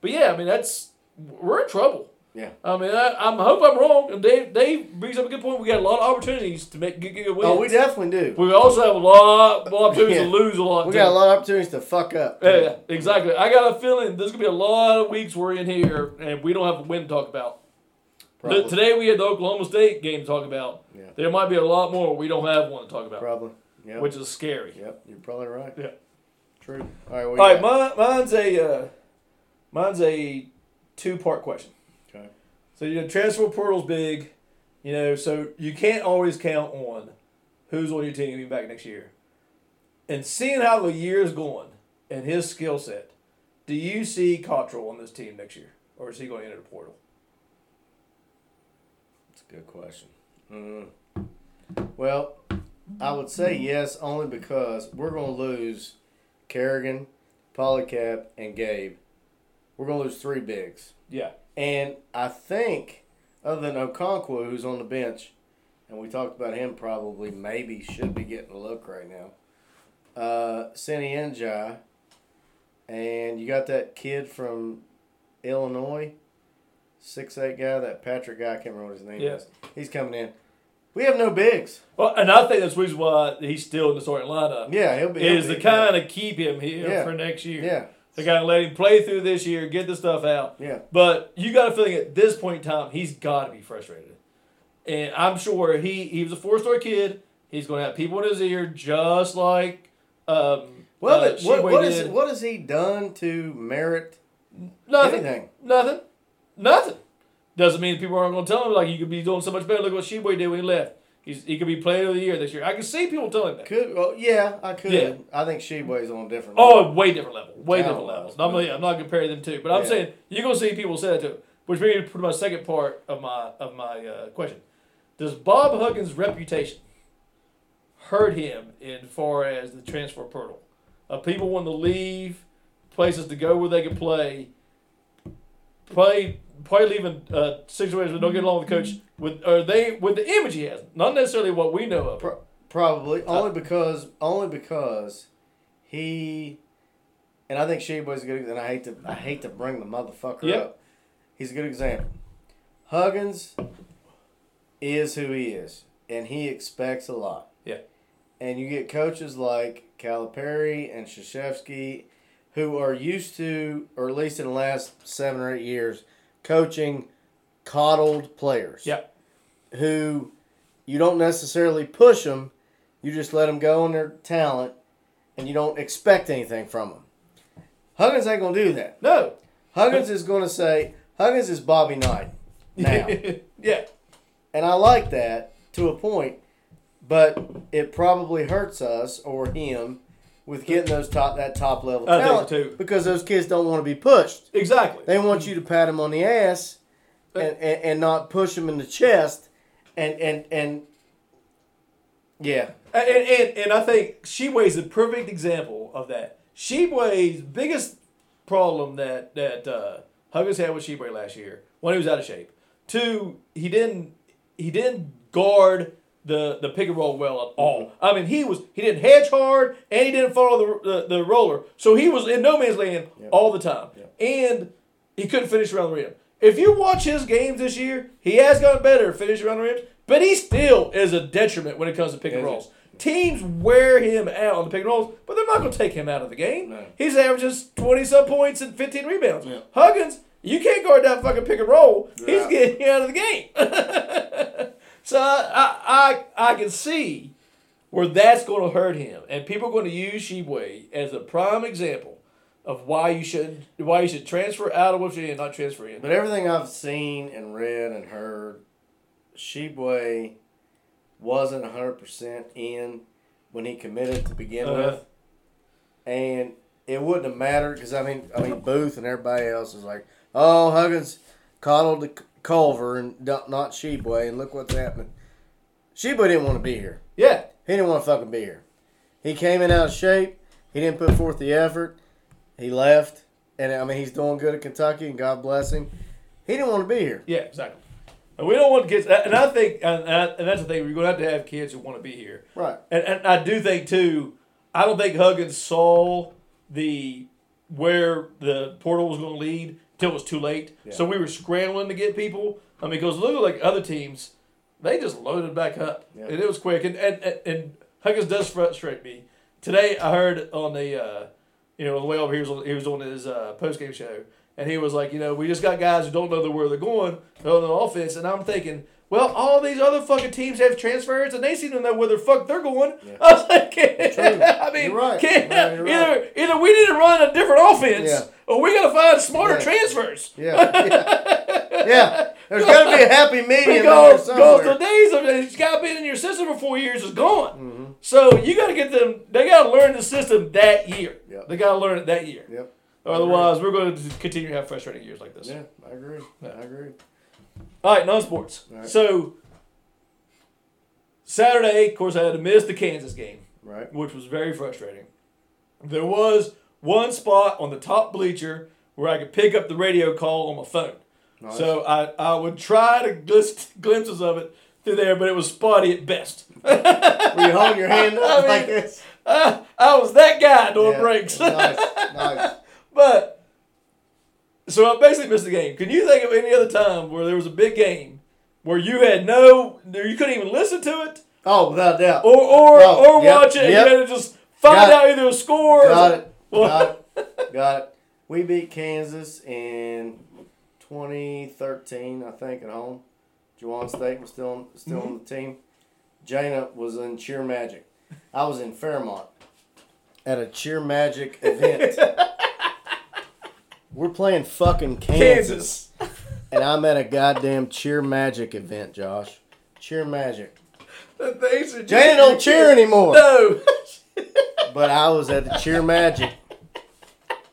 [SPEAKER 2] But yeah, I mean, that's. We're in trouble.
[SPEAKER 1] Yeah.
[SPEAKER 2] I mean, I, I hope I'm wrong. And Dave, Dave brings up a good point. We got a lot of opportunities to make good, good wins.
[SPEAKER 1] Oh, we definitely do.
[SPEAKER 2] We also have a lot of opportunities
[SPEAKER 1] Yeah.
[SPEAKER 2] to lose a lot.
[SPEAKER 1] We
[SPEAKER 2] too.
[SPEAKER 1] got a lot of opportunities to fuck up.
[SPEAKER 2] Yeah, exactly. I got a feeling there's gonna be a lot of weeks we're in here and we don't have a win to talk about.
[SPEAKER 1] Probably.
[SPEAKER 2] Th- Today we had the Oklahoma State game to talk about.
[SPEAKER 1] Yeah.
[SPEAKER 2] There might be a lot more we don't have one to talk about,
[SPEAKER 1] Probably. Yep.
[SPEAKER 2] which is scary.
[SPEAKER 1] yep. You're probably right.
[SPEAKER 2] Yeah.
[SPEAKER 1] True. All right. What
[SPEAKER 2] All
[SPEAKER 1] you
[SPEAKER 2] right,
[SPEAKER 1] got?
[SPEAKER 2] mine, mine's a uh, mine's a two part question.
[SPEAKER 1] Okay.
[SPEAKER 2] So you know, transfer portal's big, you know, so you can't always count on who's on your team being back next year. And seeing how the year's going and his skill set, do you see Cottrell on this team next year, or is he going to enter the portal?
[SPEAKER 1] That's a good question. Mm. Well, I would say yes, only because we're going to lose Kerrigan, Polycap, and Gabe. We're going to lose three bigs.
[SPEAKER 2] Yeah,
[SPEAKER 1] And I think, other than Okonkwo, who's on the bench, and we talked about him probably, maybe should be getting a look right now, uh, Cindy Njai, and you got that kid from Illinois, six eight guy, that Patrick guy, I can't remember what his name
[SPEAKER 2] Yeah.
[SPEAKER 1] is. He's coming in. We have no bigs.
[SPEAKER 2] well, and I think that's the reason why he's still in the starting lineup
[SPEAKER 1] Yeah, he'll be.
[SPEAKER 2] is
[SPEAKER 1] he'll
[SPEAKER 2] to
[SPEAKER 1] be-
[SPEAKER 2] kind of keep him here
[SPEAKER 1] Yeah.
[SPEAKER 2] for next year.
[SPEAKER 1] Yeah,
[SPEAKER 2] To kind of let him play through this year, get the stuff out.
[SPEAKER 1] yeah.
[SPEAKER 2] But you got a feeling at this point in time, he's got to be frustrated. And I'm sure he he was a four star kid. He's going to have people in his ear, just like. Um,
[SPEAKER 1] Well,
[SPEAKER 2] uh,
[SPEAKER 1] but what, what,
[SPEAKER 2] Sheway
[SPEAKER 1] is,
[SPEAKER 2] did.
[SPEAKER 1] what has he done to merit
[SPEAKER 2] Nothing.
[SPEAKER 1] anything?
[SPEAKER 2] Nothing. Nothing. Doesn't mean people aren't going to tell him like you could be doing so much better. Look what Sheboy did when he left. He's, he could be player of the year this year. I can see people telling him that.
[SPEAKER 1] Could well, yeah, I could.
[SPEAKER 2] Yeah.
[SPEAKER 1] I think Sheboy's on a different. level.
[SPEAKER 2] Oh, way different level. Way different
[SPEAKER 1] Talent-wise,
[SPEAKER 2] levels. I'm,
[SPEAKER 1] but-
[SPEAKER 2] not- I'm not comparing them to, but I'm
[SPEAKER 1] Yeah.
[SPEAKER 2] saying you're gonna see people say that to him. Which brings me to my second part of my of my uh, question: Does Bob Huggins' reputation hurt him in far as the transfer portal of people wanting to leave, places to go where they can play, play play leaving uh, situations where they don't get along with the coach with or they with the image he has, not necessarily what we know of.
[SPEAKER 1] Pro- probably
[SPEAKER 2] Uh,
[SPEAKER 1] only because only because he, and I think Sheboy's a good. And I hate to I hate to bring the motherfucker
[SPEAKER 2] Yeah.
[SPEAKER 1] up. He's a good example. Huggins is who he is, and he expects a lot.
[SPEAKER 2] Yeah.
[SPEAKER 1] And you get coaches like Calipari and Shashevsky who are used to, or at least in the last seven or eight years, coaching coddled players.
[SPEAKER 2] Yeah.
[SPEAKER 1] Who you don't necessarily push them, you just let them go on their talent, and you don't expect anything from them. Huggins ain't going to do that.
[SPEAKER 2] No.
[SPEAKER 1] Huggins is going to say, Huggins is Bobby Knight now.
[SPEAKER 2] yeah.
[SPEAKER 1] And I like that to a point, but it probably hurts us or him with getting those top that top level
[SPEAKER 2] I think
[SPEAKER 1] talent
[SPEAKER 2] so, too.
[SPEAKER 1] because those kids don't want to be pushed.
[SPEAKER 2] Exactly.
[SPEAKER 1] They want you to pat them on the ass and, and, and not push them in the chest and and and yeah.
[SPEAKER 2] And, and, and I think Sheway's the perfect example of that. Sheway's biggest problem that that uh, Huggins had with Sheway last year, one, he was out of shape. Two, he didn't he didn't guard the the pick and roll well at all. I mean, he was he didn't hedge hard and he didn't follow the the, the roller, so he was in no man's land all the time, and he couldn't finish around the rim. If you watch his games this year, he has gotten better at finishing around the rims, but he still is a detriment when it comes to pick and
[SPEAKER 1] Is he?
[SPEAKER 2] rolls. Teams wear him out on the pick and rolls, but they're not going to take him out of the game.
[SPEAKER 1] No.
[SPEAKER 2] He's averages 20 some points and 15 rebounds. Huggins, you can't guard that fucking pick and roll. He's
[SPEAKER 1] Yeah.
[SPEAKER 2] getting you out of the game. so I, I, I, I can see where that's going to hurt him, and people are going to use Sheway as a prime example of why you should why you should transfer out of Virginia and not transfer in.
[SPEAKER 1] But everything I've seen and read and heard, Sheboy wasn't 100% in when he committed to begin
[SPEAKER 2] Uh-huh.
[SPEAKER 1] with. And it wouldn't have mattered because, I mean, I mean, Booth and everybody else was like, oh, Huggins coddled the C- Culver and don't- not Sheboy, and look what's happening. Sheboy didn't want to be here.
[SPEAKER 2] Yeah,
[SPEAKER 1] He didn't want to fucking be here. He came in out of shape. He didn't put forth the effort. He left. and I mean he's doing good at Kentucky, and God bless him. He didn't want to be here.
[SPEAKER 2] Yeah, exactly. And we don't want kids, and I think, and, I, and that's the thing. We're going to have to have kids who want to be here,
[SPEAKER 1] Right.
[SPEAKER 2] and, and I do think too. I don't think Huggins saw the where the portal was going to lead till it was too late. So we were scrambling to get people. I mean, because look at like other teams, they just loaded back up,
[SPEAKER 1] Yeah.
[SPEAKER 2] and it was quick. And and, and and Huggins does frustrate me. Today I heard on the. Uh, you know, on the way over here, he was on, he was on his uh, post game show, and he was like, you know, we just got guys who don't know where they're going on the offense, and I'm thinking, well, all these other fucking teams have transfers, and they seem to know where the fuck they're going. I was like,
[SPEAKER 1] true.
[SPEAKER 2] I mean,
[SPEAKER 1] You're right.
[SPEAKER 2] can't-
[SPEAKER 1] No, you're
[SPEAKER 2] either
[SPEAKER 1] right.
[SPEAKER 2] either we need to run a different offense,
[SPEAKER 1] Yeah.
[SPEAKER 2] or we gotta find smarter
[SPEAKER 1] Yeah.
[SPEAKER 2] transfers.
[SPEAKER 1] Yeah. Yeah. yeah. There's got to be a happy medium there
[SPEAKER 2] Because, because the
[SPEAKER 1] somewhere.
[SPEAKER 2] days of it's got been in your system for four years is gone.
[SPEAKER 1] Mm-hmm.
[SPEAKER 2] So you got to get them. They got to learn the system that year.
[SPEAKER 1] Yep.
[SPEAKER 2] They got to learn it that year.
[SPEAKER 1] Yep.
[SPEAKER 2] Otherwise, we're going to continue to have frustrating years like this.
[SPEAKER 1] Yeah, I agree. I agree.
[SPEAKER 2] All right, non-sports.
[SPEAKER 1] All right.
[SPEAKER 2] So Saturday, of course, I had to miss the Kansas game,
[SPEAKER 1] Right.
[SPEAKER 2] which was very frustrating. There was one spot on the top bleacher where I could pick up the radio call on my phone.
[SPEAKER 1] Nice.
[SPEAKER 2] So I, I would try to glis- glimpses of it through there, but it was spotty at best.
[SPEAKER 1] Will you hold your hand up
[SPEAKER 2] I mean,
[SPEAKER 1] like this?
[SPEAKER 2] Ah, I was that guy doing
[SPEAKER 1] Yeah.
[SPEAKER 2] breaks.
[SPEAKER 1] nice. Nice.
[SPEAKER 2] But so I basically missed the game. Can you think of any other time where there was a big game where you had no, you couldn't even listen to it
[SPEAKER 1] Oh, without a doubt.
[SPEAKER 2] or or,
[SPEAKER 1] Oh,
[SPEAKER 2] or
[SPEAKER 1] yep,
[SPEAKER 2] watch it
[SPEAKER 1] yep.
[SPEAKER 2] and you had to just find
[SPEAKER 1] Got it.
[SPEAKER 2] out either a score? or-
[SPEAKER 1] Got it.
[SPEAKER 2] Well,
[SPEAKER 1] Got it. Got it. We beat Kansas in 2013, I think, at home. Juwan State was still on, still on the team. Jana was in Cheer Magic. I was in Fairmont at a Cheer Magic event. We're playing fucking Kansas,
[SPEAKER 2] Kansas.
[SPEAKER 1] and I'm at a goddamn Cheer Magic event, Josh. Cheer Magic.
[SPEAKER 2] The things that
[SPEAKER 1] Jana
[SPEAKER 2] you-
[SPEAKER 1] don't cheer anymore.
[SPEAKER 2] No.
[SPEAKER 1] But I was at the cheer magic.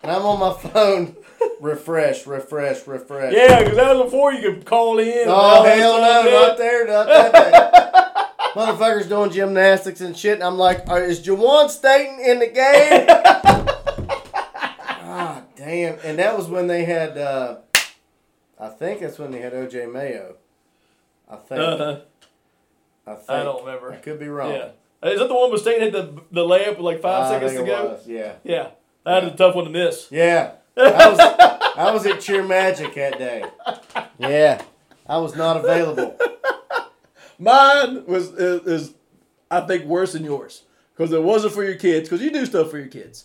[SPEAKER 1] And I'm on my phone. Refresh, refresh, refresh.
[SPEAKER 2] yeah, because that was before you could call in.
[SPEAKER 1] Oh hell no, not
[SPEAKER 2] Not
[SPEAKER 1] there, not that bad. Motherfuckers doing gymnastics and shit, and I'm like, "Are- is Jawan Staten in the game? God damn. And that was when they had uh I think that's when they had OJ Mayo. I think
[SPEAKER 2] Uh,
[SPEAKER 1] I think
[SPEAKER 2] I don't
[SPEAKER 1] I
[SPEAKER 2] remember.
[SPEAKER 1] could be wrong.
[SPEAKER 2] Yeah. oh. Is that the one where State hit the, the layup with like five
[SPEAKER 1] I
[SPEAKER 2] seconds
[SPEAKER 1] think
[SPEAKER 2] to
[SPEAKER 1] it
[SPEAKER 2] go?
[SPEAKER 1] was, Yeah.
[SPEAKER 2] Yeah. That was a tough one to miss.
[SPEAKER 1] Yeah. I was, I was at Cheer Magic that day. Yeah. I was not available.
[SPEAKER 2] Mine was is, is I think worse than yours because it wasn't for your kids because you do stuff for your kids.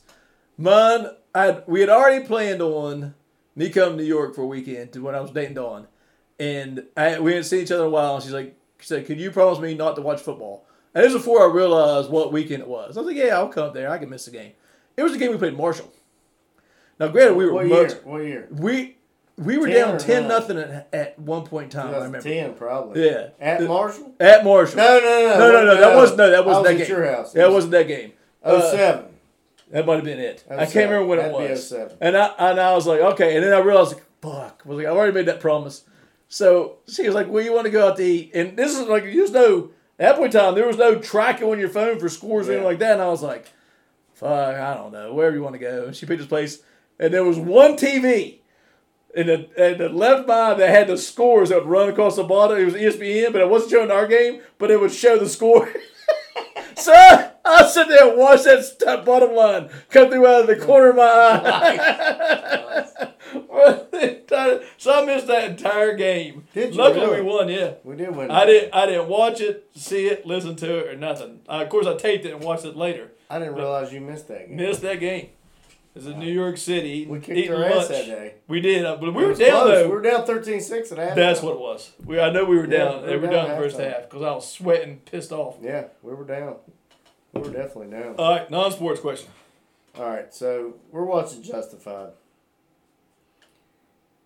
[SPEAKER 2] Mine, I had, we had already planned on me coming to New York for a weekend to when I was dating Dawn, and I, we hadn't seen each other in a while. And she's like, she said, "Could you promise me not to watch football?" And this was before I realized what weekend it was. I was like, "Yeah, I'll come up there. I can miss the game." It was the game we played Marshall. Now, granted, we were
[SPEAKER 1] What
[SPEAKER 2] much
[SPEAKER 1] year? What year?
[SPEAKER 2] we we were
[SPEAKER 1] 10 or
[SPEAKER 2] down ten
[SPEAKER 1] nine?
[SPEAKER 2] nothing at, at one point in time. I remember
[SPEAKER 1] 2010, probably.
[SPEAKER 2] Yeah.
[SPEAKER 1] At
[SPEAKER 2] The-
[SPEAKER 1] Marshall?
[SPEAKER 2] at Marshall.
[SPEAKER 1] No, no, no.
[SPEAKER 2] No, no, no. That was no. That
[SPEAKER 1] I
[SPEAKER 2] wasn't
[SPEAKER 1] was
[SPEAKER 2] that
[SPEAKER 1] at
[SPEAKER 2] game.
[SPEAKER 1] your house. Oh,
[SPEAKER 2] That wasn't that game. Uh,
[SPEAKER 1] 07.
[SPEAKER 2] that might have been it. I can't
[SPEAKER 1] 07.
[SPEAKER 2] remember when it
[SPEAKER 1] Oh, That'd be
[SPEAKER 2] was.
[SPEAKER 1] 07.
[SPEAKER 2] And I and I was like, okay. And then I realized, like, fuck. I was like, I already made that promise. So she was like, well, you want to go out to eat? And this is like, you just know at that point in time there was no tracking on your phone for scores or
[SPEAKER 1] Yeah.
[SPEAKER 2] anything like that. And I was like, fuck, I don't know, wherever you want to go. And she picked this place, and there was one TV. And the, and the left mind that had the scores that would run across the bottom, it was E ESPN, but it wasn't showing our game, but it would show the score. So I, I sit there and watch that, s- that bottom line come through out of the corner of my eye. so I missed that entire game.
[SPEAKER 1] Did you
[SPEAKER 2] Luckily,
[SPEAKER 1] really?
[SPEAKER 2] we won. Yeah,
[SPEAKER 1] We did win.
[SPEAKER 2] I didn't. I didn't watch it, see it, listen to it, or nothing. I, of course, I taped it and watched it later.
[SPEAKER 1] I didn't realize you missed that game.
[SPEAKER 2] Missed that game. It was in New York City.
[SPEAKER 1] We kicked
[SPEAKER 2] eating
[SPEAKER 1] our ass
[SPEAKER 2] lunch.
[SPEAKER 1] that day.
[SPEAKER 2] We did, uh, but we
[SPEAKER 1] It
[SPEAKER 2] were
[SPEAKER 1] was
[SPEAKER 2] down
[SPEAKER 1] close.
[SPEAKER 2] though.
[SPEAKER 1] We were down 13 6 at half.
[SPEAKER 2] That's what it was. We I know we were
[SPEAKER 1] Yeah,
[SPEAKER 2] down.
[SPEAKER 1] we
[SPEAKER 2] they
[SPEAKER 1] were
[SPEAKER 2] were
[SPEAKER 1] down
[SPEAKER 2] down, the first
[SPEAKER 1] halftime.
[SPEAKER 2] half because I was sweating, pissed off.
[SPEAKER 1] Yeah, we were down. We were definitely down.
[SPEAKER 2] All right, non-sports question.
[SPEAKER 1] All right, so we're watching Justified,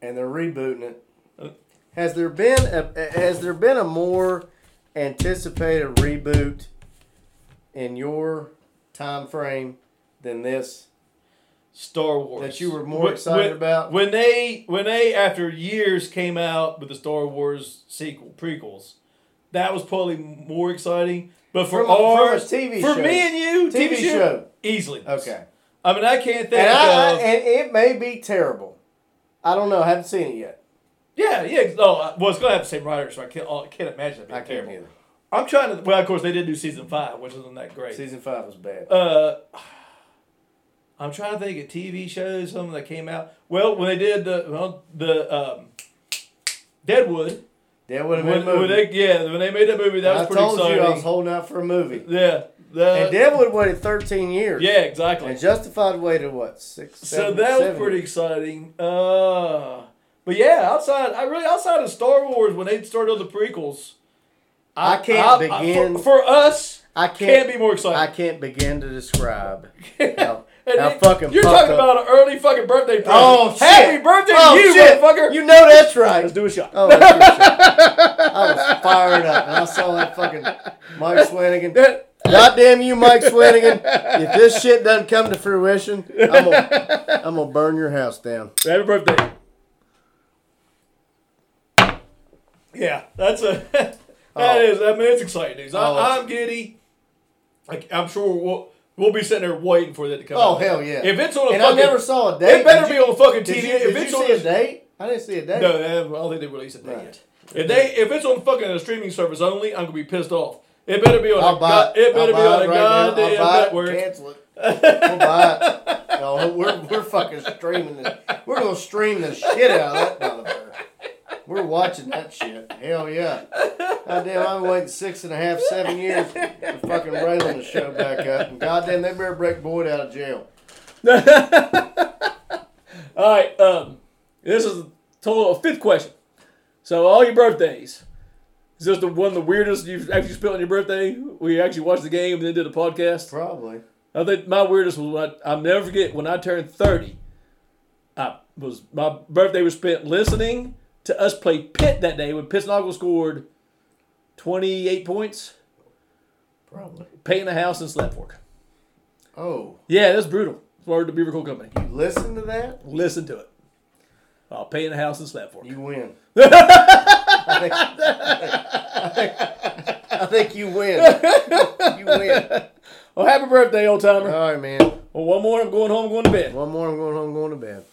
[SPEAKER 1] and they're rebooting it.
[SPEAKER 2] Uh.
[SPEAKER 1] Has there been a has there been a more anticipated reboot in your time frame than this?
[SPEAKER 2] Star Wars
[SPEAKER 1] That you were more excited
[SPEAKER 2] when,
[SPEAKER 1] about?
[SPEAKER 2] when they when they after years came out with the Star Wars sequel prequels. That was probably more exciting, but for
[SPEAKER 1] From a- from a
[SPEAKER 2] ours,
[SPEAKER 1] TV
[SPEAKER 2] for
[SPEAKER 1] show.
[SPEAKER 2] me and you,
[SPEAKER 1] TV
[SPEAKER 2] TV, show,
[SPEAKER 1] show.
[SPEAKER 2] easily.
[SPEAKER 1] Okay,
[SPEAKER 2] I mean, I can't think
[SPEAKER 1] And, I,
[SPEAKER 2] of.
[SPEAKER 1] and it may be terrible. I don't know. I haven't seen it yet.
[SPEAKER 2] yeah, yeah. Oh, I- well, it's gonna have the same writer, so I can't. I can't imagine it being
[SPEAKER 1] I can't
[SPEAKER 2] terrible.
[SPEAKER 1] either.
[SPEAKER 2] I'm trying to. Well, of course, they did do season five, which isn't that great.
[SPEAKER 1] Season five was bad.
[SPEAKER 2] uh, I'm trying to think of TV shows, something that came out. Well, when they did the well, the um, Deadwood,
[SPEAKER 1] That would have
[SPEAKER 2] when,
[SPEAKER 1] been a movie.
[SPEAKER 2] when they, yeah, when they made that movie, that
[SPEAKER 1] I
[SPEAKER 2] was pretty
[SPEAKER 1] told
[SPEAKER 2] exciting. Uh,
[SPEAKER 1] you I was holding out for a movie.
[SPEAKER 2] yeah, the-
[SPEAKER 1] and Deadwood waited 13 years.
[SPEAKER 2] yeah, exactly.
[SPEAKER 1] And Justified waited what six?
[SPEAKER 2] So
[SPEAKER 1] Seven,
[SPEAKER 2] that was
[SPEAKER 1] seven
[SPEAKER 2] pretty exciting. Uh, but yeah, outside, I really outside of Star Wars when they started the prequels,
[SPEAKER 1] I can't begin-
[SPEAKER 2] for, for us,
[SPEAKER 1] I
[SPEAKER 2] can't,
[SPEAKER 1] can't.
[SPEAKER 2] be more
[SPEAKER 1] I
[SPEAKER 2] exciting.
[SPEAKER 1] can't begin to describe. how,
[SPEAKER 2] And
[SPEAKER 1] how
[SPEAKER 2] it-
[SPEAKER 1] fucking
[SPEAKER 2] You're
[SPEAKER 1] fucked
[SPEAKER 2] talking
[SPEAKER 1] up.
[SPEAKER 2] about an early fucking birthday present.
[SPEAKER 1] Oh shit!
[SPEAKER 2] Happy birthday, to
[SPEAKER 1] oh,
[SPEAKER 2] you
[SPEAKER 1] shit.
[SPEAKER 2] motherfucker!
[SPEAKER 1] You know that's right.
[SPEAKER 3] Let's do a shot.
[SPEAKER 1] Oh, that's your shit. I was fired up. when I saw that fucking Mike Swanigan.
[SPEAKER 2] That-
[SPEAKER 1] God damn you, Mike Swanigan! If this shit doesn't come to fruition, I'm gonna, I'm gonna burn your house down.
[SPEAKER 2] Happy birthday. Yeah, that's a that is.
[SPEAKER 1] Oh.
[SPEAKER 2] I mean, it's exciting news. I,
[SPEAKER 1] Oh, it's-
[SPEAKER 2] I'm giddy. Like I'm sure we'll we'll be sitting there waiting for that to come.
[SPEAKER 1] Oh
[SPEAKER 2] out.
[SPEAKER 1] hell yeah!
[SPEAKER 2] If it's on a
[SPEAKER 1] and
[SPEAKER 2] fucking,
[SPEAKER 1] I never saw a date.
[SPEAKER 2] it better
[SPEAKER 1] Did
[SPEAKER 2] be on fucking
[SPEAKER 1] you-
[SPEAKER 2] TV.
[SPEAKER 1] Did you,
[SPEAKER 2] if
[SPEAKER 1] did
[SPEAKER 2] it's
[SPEAKER 1] you
[SPEAKER 2] on
[SPEAKER 1] see
[SPEAKER 2] a-
[SPEAKER 1] a date? I didn't see a date.
[SPEAKER 2] no, I don't think they released it
[SPEAKER 1] Right.
[SPEAKER 2] yet. If they if it's on fucking a streaming service only, I'm gonna be pissed off. It better be on.
[SPEAKER 1] I'll
[SPEAKER 2] a
[SPEAKER 1] buy
[SPEAKER 2] god-
[SPEAKER 1] it.
[SPEAKER 2] it better
[SPEAKER 1] I'll buy
[SPEAKER 2] be on a
[SPEAKER 1] it right now.
[SPEAKER 2] goddamn
[SPEAKER 1] I'll buy it.
[SPEAKER 2] network.
[SPEAKER 1] Cancel it. We'll buy it. No, we're, we're fucking streaming this. We're gonna stream the shit out of that motherfucker. We're watching that shit. Hell yeah. Goddamn, I've been waiting six and a half, seven years for fucking Raylan to show back up. And goddamn, they better break Boyd out of jail.
[SPEAKER 2] All right, um, this is a total of fifth question. So all your birthdays, is this the one of the weirdest you've actually spent on your birthday? We actually watched the game and then did a podcast.
[SPEAKER 1] Probably.
[SPEAKER 2] I think my weirdest was when I, I'll never forget when I turned thirty. I was my birthday was spent listening to us play Pitt that day when Pittsnoggle scored twenty eight points,
[SPEAKER 1] Probably.
[SPEAKER 2] painting the house and slap fork.
[SPEAKER 1] Oh,
[SPEAKER 2] Yeah, that's brutal. Word to Beaver Cool Company.
[SPEAKER 1] you listen to that?
[SPEAKER 2] Listen to it. Uh, painting the house and slap fork.
[SPEAKER 1] You win. I think, I think you win. You win.
[SPEAKER 2] Well, happy birthday, old timer.
[SPEAKER 1] All right, man.
[SPEAKER 2] Well, one more. I'm going home. Going to bed.
[SPEAKER 1] One more. I'm going home. Going to bed.